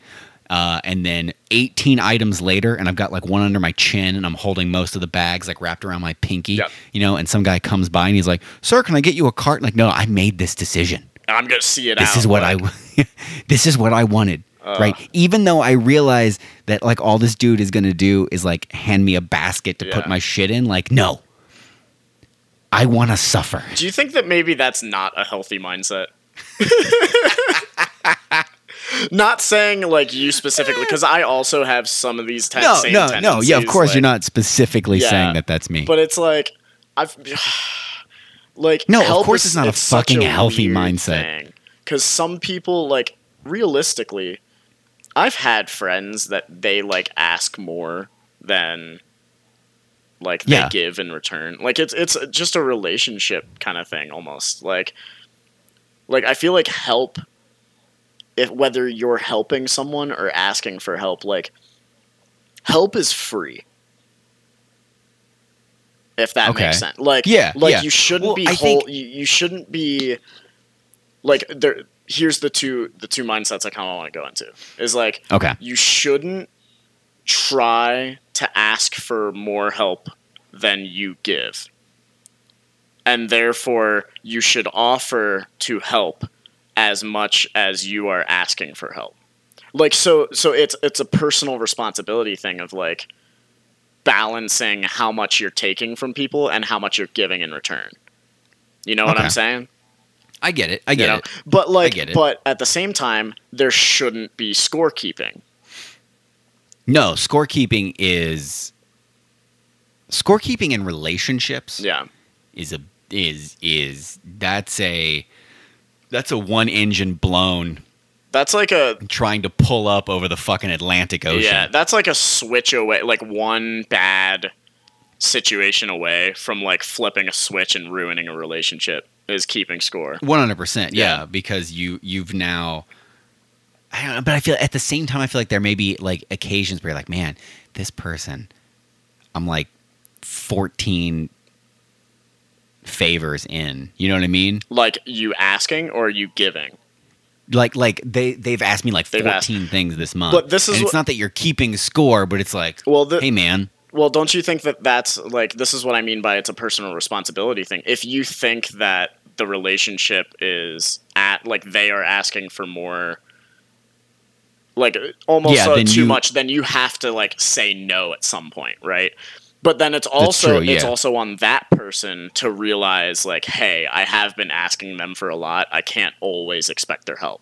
S2: uh, and then 18 items later, and I've got like one under my chin and I'm holding most of the bags like wrapped around my pinky,
S1: Yep.
S2: you know. And some guy comes by and he's like, "Sir, can I get you a cart?" And like, no, I made this decision.
S1: I'm gonna see it out
S2: This is what I
S1: like,
S2: w- this is what I wanted. right. Even though I realize that like all this dude is gonna do is like hand me a basket to
S1: Yeah.
S2: put my shit in, like, no. I wanna suffer.
S1: Do you think that maybe that's not a healthy mindset? not saying like you specifically, because I also have some of these ten-
S2: No,
S1: same
S2: no,
S1: tendencies.
S2: no. Yeah, of course
S1: like-
S2: you're not specifically
S1: Yeah,
S2: saying that that's me.
S1: But it's like I've like
S2: No, of
S1: health
S2: course
S1: is-
S2: it's not a
S1: such
S2: fucking healthy
S1: weird
S2: mindset.
S1: Because some people like realistically, I've had friends that they like ask more than like they
S2: Yeah.
S1: give in return. Like it's it's just a relationship kind of thing almost. Like like I feel like help if whether you're helping someone or asking for help, like help is free. If that
S2: Okay.
S1: makes sense. Like
S2: Yeah,
S1: like
S2: yeah.
S1: you shouldn't
S2: Well,
S1: be
S2: I
S1: whole
S2: think-
S1: you, you shouldn't be like there here's the two the two mindsets I kinda wanna go into. Is like
S2: okay.
S1: you shouldn't try to ask for more help than you give. And therefore, you should offer to help as much as you are asking for help. Like so so it's it's a personal responsibility thing of like balancing how much you're taking from people and how much you're giving in return. You know what
S2: Okay.
S1: I'm saying?
S2: I get it. I
S1: you
S2: get
S1: know
S2: it.
S1: but like
S2: get it.
S1: but at the same time there shouldn't be scorekeeping.
S2: No, scorekeeping is scorekeeping in relationships
S1: Yeah.
S2: is a is is that's a that's a one engine blown
S1: That's like a
S2: trying to pull up over the fucking Atlantic Ocean.
S1: yeah. That's like a switch away, like one bad situation away from like flipping a switch and ruining a relationship is keeping score.
S2: One hundred percent,
S1: Yeah.
S2: yeah. Because you you've now, I don't know, but I feel at the same time I feel like there may be like occasions where you're like, man, this person, I'm like fourteen favors in. You know what I mean?
S1: Like you asking or you giving.
S2: Like like they they've asked me like
S1: They've asked.
S2: fourteen things this month.
S1: But this is
S2: and
S1: what-
S2: it's not that you're keeping score, but it's like,
S1: Well, the,
S2: hey man,
S1: well, don't you think that that's like this is what I mean by it's a personal responsibility thing. If you think that the relationship is at like they are asking for more like almost
S2: Yeah,
S1: uh,
S2: then
S1: too
S2: you-
S1: much then you have to like say no at some point right but then it's also
S2: true,
S1: it's
S2: yeah.
S1: also on that person to realize like hey i have been asking them for a lot i can't always expect their help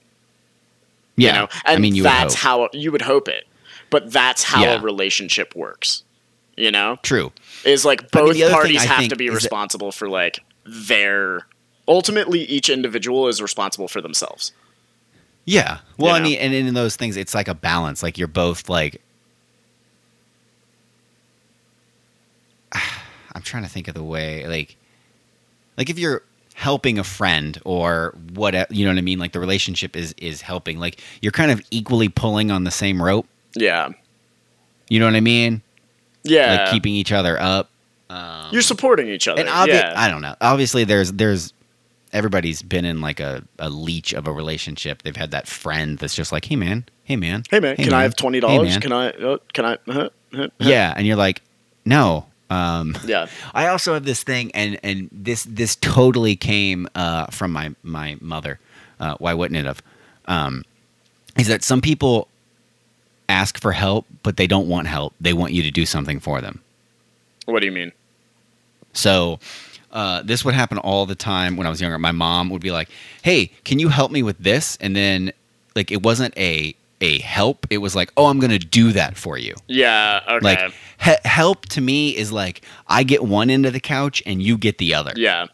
S2: Yeah,
S1: you know and
S2: I mean, you would
S1: that's
S2: hope.
S1: how you would hope it but that's how
S2: Yeah.
S1: a relationship works you know
S2: true.
S1: is like
S2: I mean,
S1: both
S2: the other thing
S1: parties
S2: I
S1: have
S2: think
S1: to be
S2: is that-
S1: responsible for like their ultimately each individual is responsible for themselves
S2: Yeah. Well, I
S1: know?
S2: mean, and in those things, it's like a balance. Like you're both like. I'm trying to think of the way, like, like if you're helping a friend or what, you know what I mean. Like the relationship is is helping. Like you're kind of equally pulling on the same rope.
S1: yeah
S2: You know what I mean?
S1: yeah
S2: Like keeping each other up. Um,
S1: you're supporting each other
S2: and obvi-
S1: yeah.
S2: I don't know. Obviously, there's there's everybody's been in like a, a leech of a relationship. They've had that friend that's just like, hey man, hey man,
S1: hey man can i have $20
S2: Hey, man.
S1: can i uh, can i uh, uh, uh,
S2: yeah, and you're like, no. Um,
S1: yeah
S2: I also have this thing, and and this this totally came uh, from my my mother. Uh, why wouldn't it have? Um, is that some people ask for help, but they don't want help. They want you to do something for them.
S1: what do you mean
S2: So uh, this would happen all the time when I was younger. My mom would be like, "Hey, can you help me with this?" And then like it wasn't a a help. It was like, "Oh, I'm going to do that for you."
S1: yeah okay
S2: Like he- help to me is like I get one end of the couch and you get the other.
S1: yeah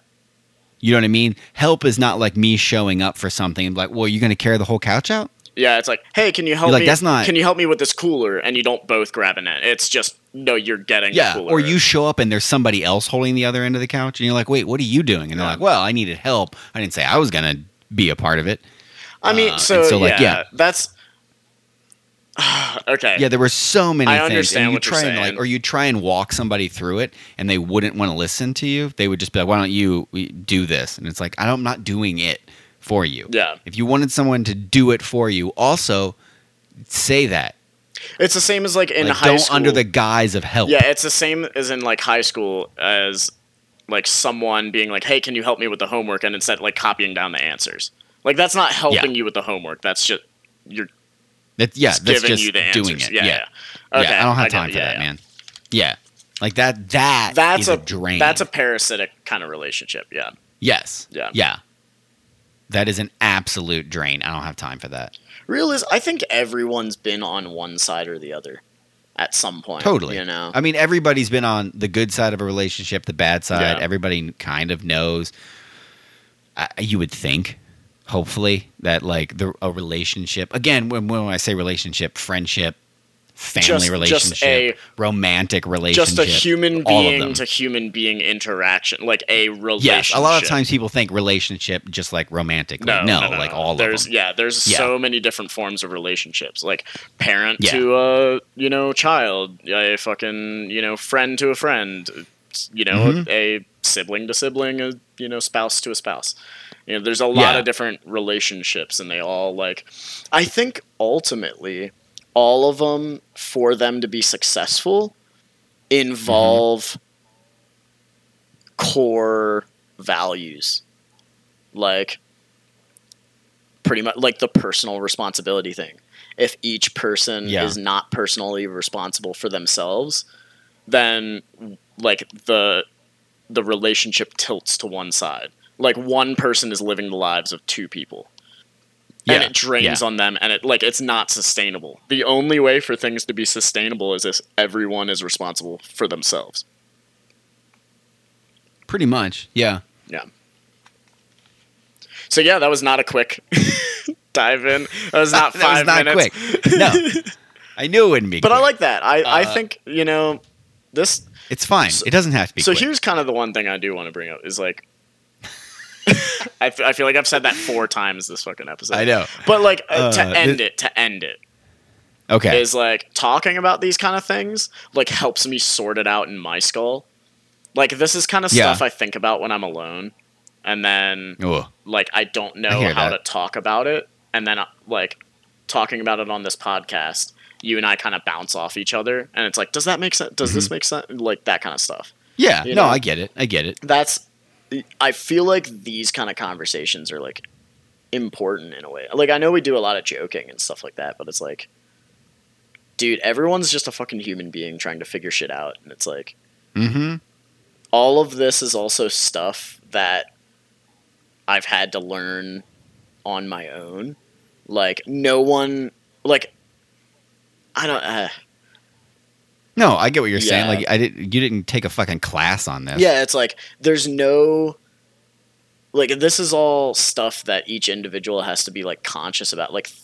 S2: You know what I mean? Help is not like me showing up for something and be like, "Well, you're going to carry the whole couch out?"
S1: yeah it's like hey can you help
S2: You're like,
S1: me
S2: "That's not-
S1: can you help me with this cooler and you don't both grab an end it's just no you're getting the
S2: Yeah,
S1: cooler
S2: or you show up and there's somebody else holding the other end of the couch, and you're like, "Wait, what are you doing?" And they're
S1: Yeah.
S2: like, "Well, I needed help. I didn't say I was gonna be a part of it."
S1: i mean
S2: uh,
S1: so,
S2: and so,
S1: yeah,
S2: like, yeah.
S1: that's okay
S2: Yeah, there were so many.
S1: I
S2: things.
S1: understand
S2: and you
S1: what you're
S2: try and,
S1: saying.
S2: Like, or you try and walk somebody through it, and they wouldn't want to listen to you. They would just be like, "Why don't you we- do this?" And it's like, "I don't- "I'm not doing it for you."
S1: yeah
S2: If you wanted someone to do it for you, also say that.
S1: it's the same as like in
S2: Like,
S1: high
S2: don't
S1: school
S2: under the guise of help.
S1: Yeah, it's the same as in like high school as like someone being like, "Hey, can you help me with the homework?" and instead like copying down the answers. Like that's not helping you with the homework. That's just you're
S2: That, yeah,
S1: just
S2: that's
S1: giving
S2: just
S1: you the answers.
S2: doing it.
S1: Yeah,
S2: yeah.
S1: yeah. Okay,
S2: Yeah, I don't have
S1: get
S2: time
S1: it.
S2: for
S1: Yeah,
S2: that,
S1: yeah.
S2: man. Yeah, like that. That
S1: That's
S2: is
S1: a,
S2: a, drain.
S1: That's a parasitic kind of relationship. Yeah.
S2: yes.
S1: Yeah.
S2: yeah. That is an absolute drain. I don't have time for that.
S1: Real is I think everyone's been on one side or the other at some point.
S2: Totally.
S1: You know.
S2: I mean, everybody's been on the good side of a relationship, the bad side.
S1: Yeah.
S2: Everybody kind of knows. I, you would think, hopefully, that like the a relationship. Again, when when I say relationship, friendship, family
S1: Just- just
S2: relationship,
S1: a-
S2: romantic relationship,
S1: just a human
S2: all of
S1: being
S2: them.
S1: to human being interaction, like a relationship.
S2: Yes, a lot of times people think relationship just like romantic. Like, no, like all
S1: there's,
S2: of them.
S1: Yeah, there's
S2: Yeah.
S1: so many different forms of relationships, like parent
S2: Yeah.
S1: to a you know child, a fucking you know friend to a friend, you know
S2: Mm-hmm.
S1: a sibling to sibling, a you know spouse to a spouse. You know, there's a lot
S2: Yeah.
S1: of different relationships, and they all like. I think ultimately, all of them for them to be successful involve
S2: Mm-hmm.
S1: core values like pretty much like the personal responsibility thing if each person
S2: Yeah.
S1: is not personally responsible for themselves then like the the relationship tilts to one side like one person is living the lives of two people and
S2: Yeah,
S1: it drains
S2: yeah.
S1: on them and it like it's not sustainable the only way for things to be sustainable is if everyone is responsible for themselves
S2: Pretty much. Yeah.
S1: Yeah. So yeah, that was not a quick dive in. That was not
S2: That was
S1: five
S2: not
S1: minutes.
S2: quick. No. I knew it wouldn't be
S1: but I
S2: quick.
S1: like that. I, I
S2: Uh,
S1: think, you know, this
S2: It's fine.
S1: So-
S2: it doesn't have to be
S1: so
S2: quick.
S1: here's kind of the one thing I do want to bring up is like I, f- I feel like I've said that four times this fucking episode.
S2: I know.
S1: But like uh,
S2: Uh,
S1: to end
S2: thi-
S1: it, to end it
S2: Okay.
S1: is like talking about these kind of things like helps me sort it out in my skull. Like this is kind of
S2: Yeah.
S1: stuff I think about when I'm alone. And then
S2: Ugh.
S1: like I don't
S2: I
S1: know
S2: hear
S1: how
S2: that.
S1: to talk about it, and then uh, like talking about it on this podcast, you and I kind of bounce off each other, and
S2: Mm-hmm.
S1: it's like, does that make sense? Does this make sense? Like that kind of stuff.
S2: Yeah.
S1: You
S2: No,
S1: know?
S2: I get it. I get it.
S1: That's I feel like these kind of conversations are like important in a way. Like I know we do a lot of joking and stuff like that, but it's like dude, everyone's just a fucking human being trying to figure shit out and it's like
S2: Mm-hmm.
S1: all of this is also stuff that I've had to learn on my own. Like no one like I don't uh,
S2: No, I get what you're saying.
S1: Yeah.
S2: Like I did, you didn't take a fucking class on this.
S1: Yeah, it's like there's no like this is all stuff that each individual has to be like conscious about like th-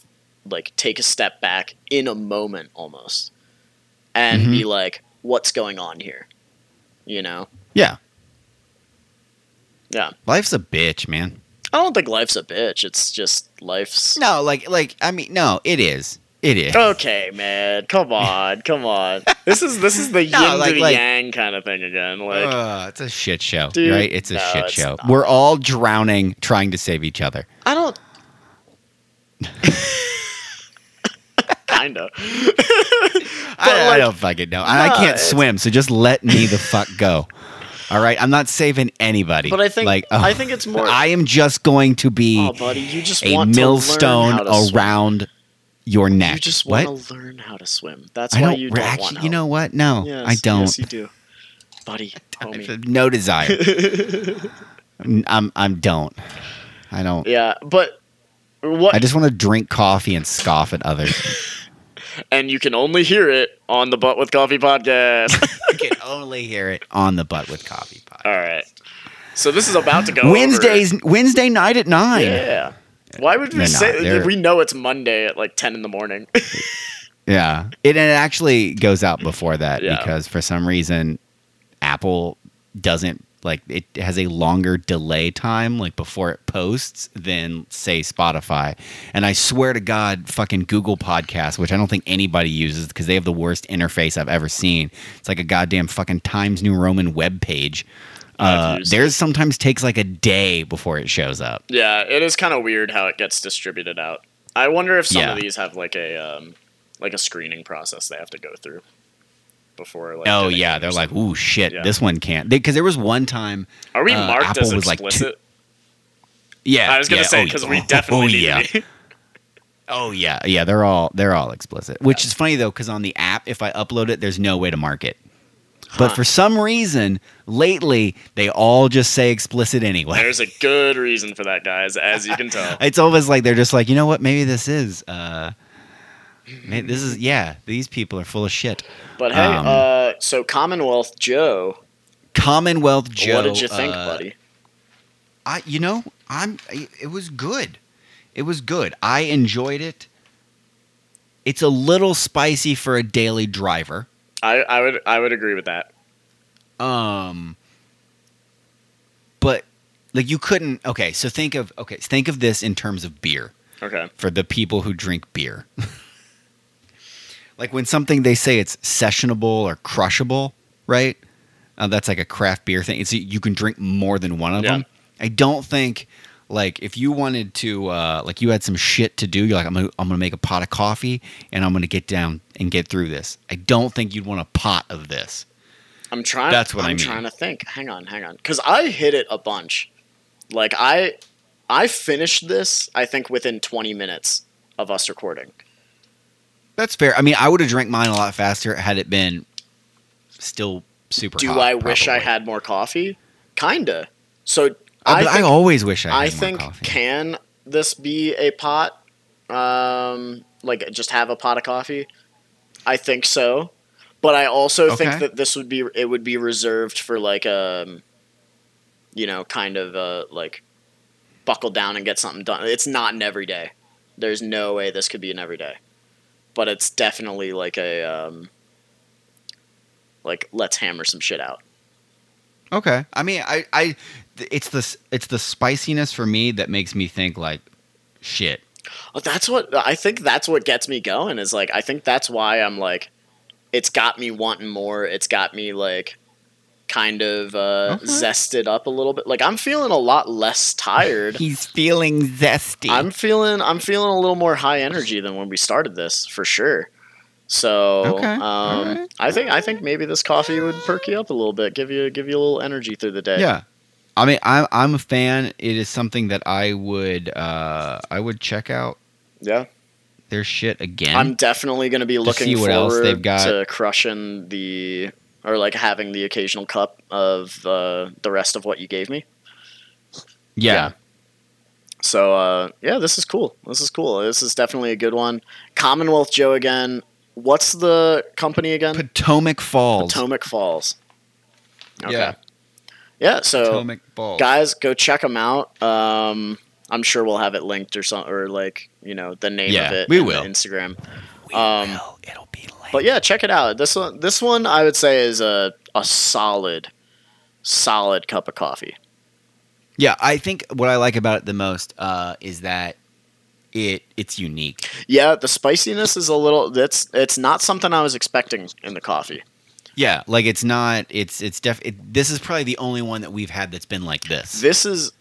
S1: like take a step back in a moment almost and be like what's going on here. You know.
S2: Yeah.
S1: Yeah.
S2: Life's a bitch, man.
S1: I don't think life's a bitch. It's just life's
S2: No, like like I mean, no, it is. It is.
S1: Okay, man. Come on. Come on. This is this is the yin
S2: No, like-
S1: to the
S2: like-
S1: yang kind of thing again. Like
S2: Ugh, it's a shit show,
S1: Dude,
S2: right? It's a
S1: no,
S2: shit
S1: it's
S2: show.
S1: not.
S2: We're all drowning trying to save each other.
S1: I don't kind of.
S2: I, I
S1: like-
S2: don't fucking know. I I
S1: No,
S2: can't
S1: it's-
S2: swim, so just let me the fuck go. All right, I'm not saving anybody.
S1: But I think
S2: like oh,
S1: I think it's more
S2: I am just going to be
S1: Oh, buddy, you just
S2: a
S1: want to learn
S2: millstone
S1: how to swim.
S2: around your neck.
S1: You just
S2: what?
S1: want to learn how to swim. That's
S2: I
S1: why
S2: don't.
S1: you
S2: re-
S1: don't
S2: actually,
S1: want help.
S2: you know what? No,
S1: Yes,
S2: I don't.
S1: Yes, you do, buddy.
S2: I
S1: Homie.
S2: have no desire. N- I'm. I'm. Don't. I don't.
S1: Yeah, but what?
S2: I just want to drink coffee and scoff at others.
S1: and you can only hear it on the Butt with Coffee podcast.
S2: I can only hear it on the butt with coffee pot.
S1: All right. So this is about to go over.
S2: Wednesdays. Wednesday night at nine.
S1: Yeah. Why would we
S2: They're not.
S1: say
S2: They're-
S1: we know it's Monday at like ten in the morning?
S2: Yeah. It, and it actually goes out before that
S1: Yeah.
S2: because for some reason Apple doesn't like it has a longer delay time like before it posts than say Spotify. And I swear to God, fucking Google Podcasts, which I don't think anybody uses because they have the worst interface I've ever seen. It's like a goddamn fucking Times New Roman web page. Uh,
S1: I've used
S2: theirs sometimes takes like a day before it shows up.
S1: yeah, it is kind of weird how it gets distributed out. I wonder if some of
S2: Yeah.
S1: these have like a um, like a screening process they have to go through before. Like,
S2: Oh
S1: getting it
S2: yeah,
S1: or
S2: they're
S1: something.
S2: like, ooh shit,
S1: Yeah.
S2: this one can't. Because there was one time
S1: Are we
S2: uh,
S1: marked
S2: Apple
S1: as
S2: was, like, too-
S1: explicit?
S2: Yeah,
S1: I was gonna
S2: yeah,
S1: say
S2: oh,
S1: because
S2: yeah.
S1: we definitely
S2: Oh
S1: need
S2: yeah,
S1: to be-
S2: oh yeah, yeah. They're all they're all explicit, which is funny though, because on the app, if I upload it, there's no way to mark it. But for some reason, lately they all just say explicit anyway.
S1: There's a good reason for that, guys, as you can tell.
S2: It's almost like they're just like, you know what? Maybe this is, uh, may- this is yeah. These people are full of shit.
S1: But hey,
S2: Um,
S1: uh, so Commonwealth Joe,
S2: Commonwealth Joe.
S1: what did you think,
S2: uh,
S1: buddy?
S2: I you know I'm I- it was good. It was good. I enjoyed it. It's a little spicy for a daily driver.
S1: I, I would I would agree with that.
S2: Um but like you couldn't okay, so think of okay, think of this in terms of beer
S1: Okay.
S2: for the people who drink beer. like when something they say it's sessionable or crushable, right? Uh, that's like a craft beer thing. It's you can drink more than one of
S1: Yeah.
S2: them. I don't think like if you wanted to uh, like you had some shit to do, you're like I'm gonna, I'm gonna make a pot of coffee and I'm gonna get down and get through this. I don't think you'd want a pot of this.
S1: I'm trying.
S2: That's what I
S1: I'm
S2: mean.
S1: trying to think. Hang on, hang on, because I hit it a bunch. Like I, I finished this. I think within 20 minutes of us recording.
S2: That's fair. I mean, I would have drank mine a lot faster had it been still super.
S1: Do
S2: hot,
S1: I wish I
S2: probably.
S1: had more coffee? Kinda. So
S2: Uh,
S1: I
S2: but I,
S1: think,
S2: always wish I. Had
S1: I,
S2: more
S1: think
S2: coffee.
S1: can this be a pot? Um, like just have a pot of coffee. I think so, but I also
S2: Okay.
S1: think that this would be it would be reserved for like um, you know, kind of uh like buckle down and get something done. It's not an everyday. There's no way this could be an everyday, but it's definitely like a um, like let's hammer some shit out.
S2: Okay. I mean, I, I, th- it's the, s- it's the spiciness for me that makes me think like, shit.
S1: Well, That's what I think. That's what gets me going. Is like I think that's why I'm like, it's got me wanting more. It's got me like, kind of uh,
S2: Okay.
S1: zested up a little bit. Like I'm feeling a lot less tired.
S2: He's feeling zesty.
S1: I'm feeling I'm feeling a little more high energy than when we started this for sure. So
S2: Okay.
S1: um,
S2: All right.
S1: I think I think maybe this coffee would perk you up a little bit, give you give you a little energy through the day.
S2: yeah. I mean, I'm I'm a fan. It is something that I would uh, I would check out
S1: Yeah,
S2: their shit again.
S1: I'm definitely going to be looking
S2: see what
S1: forward
S2: else they've got.
S1: to crushing the or like having the occasional cup of uh, the rest of what you gave me.
S2: yeah.
S1: So uh, yeah, this is cool. This is cool. This is definitely a good one. Commonwealth Joe again. What's the company again?
S2: Potomac Falls.
S1: Potomac Falls. Okay.
S2: Yeah,
S1: Yeah. So
S2: Potomac Falls.
S1: guys, go check them out. Um, I'm sure we'll have it linked or something, or like you know the name
S2: Yeah,
S1: of it.
S2: we
S1: and the
S2: will.
S1: Instagram.
S2: We
S1: um,
S2: will. It'll be late.
S1: But yeah, check it out. This one, this one, I would say is a a solid, solid cup of coffee.
S2: yeah, I think what I like about it the most uh, is that it it's unique.
S1: Yeah, the spiciness is a little. That's it's not something I was expecting in the coffee.
S2: Yeah, like it's not. It's it's def. It, this is probably the only one that we've had that's been like this.
S1: This is,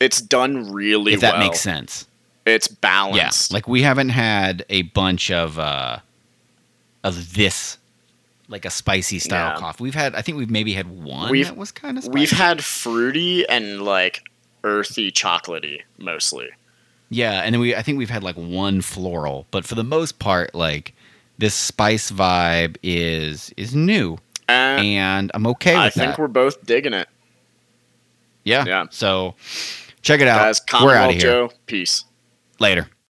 S1: it's done really
S2: if that
S1: well.
S2: makes sense.
S1: It's
S2: Yeah,
S1: balanced.
S2: like we haven't had a bunch of uh, of this, like a spicy style
S1: Yeah.
S2: coffee. We've had. I think we've maybe had one
S1: We've-
S2: that was kind of. spicy.
S1: we've had fruity and like earthy, chocolatey mostly.
S2: Yeah, and then we I think we've had like one floral, but for the most part, like this spice vibe is is new,
S1: And
S2: and I'm okay with
S1: I think
S2: that.
S1: we're both digging it,
S2: yeah.
S1: yeah.
S2: So check it out.
S1: guys.
S2: we're out
S1: Commonwealth
S2: of here
S1: Joe, peace.
S2: later.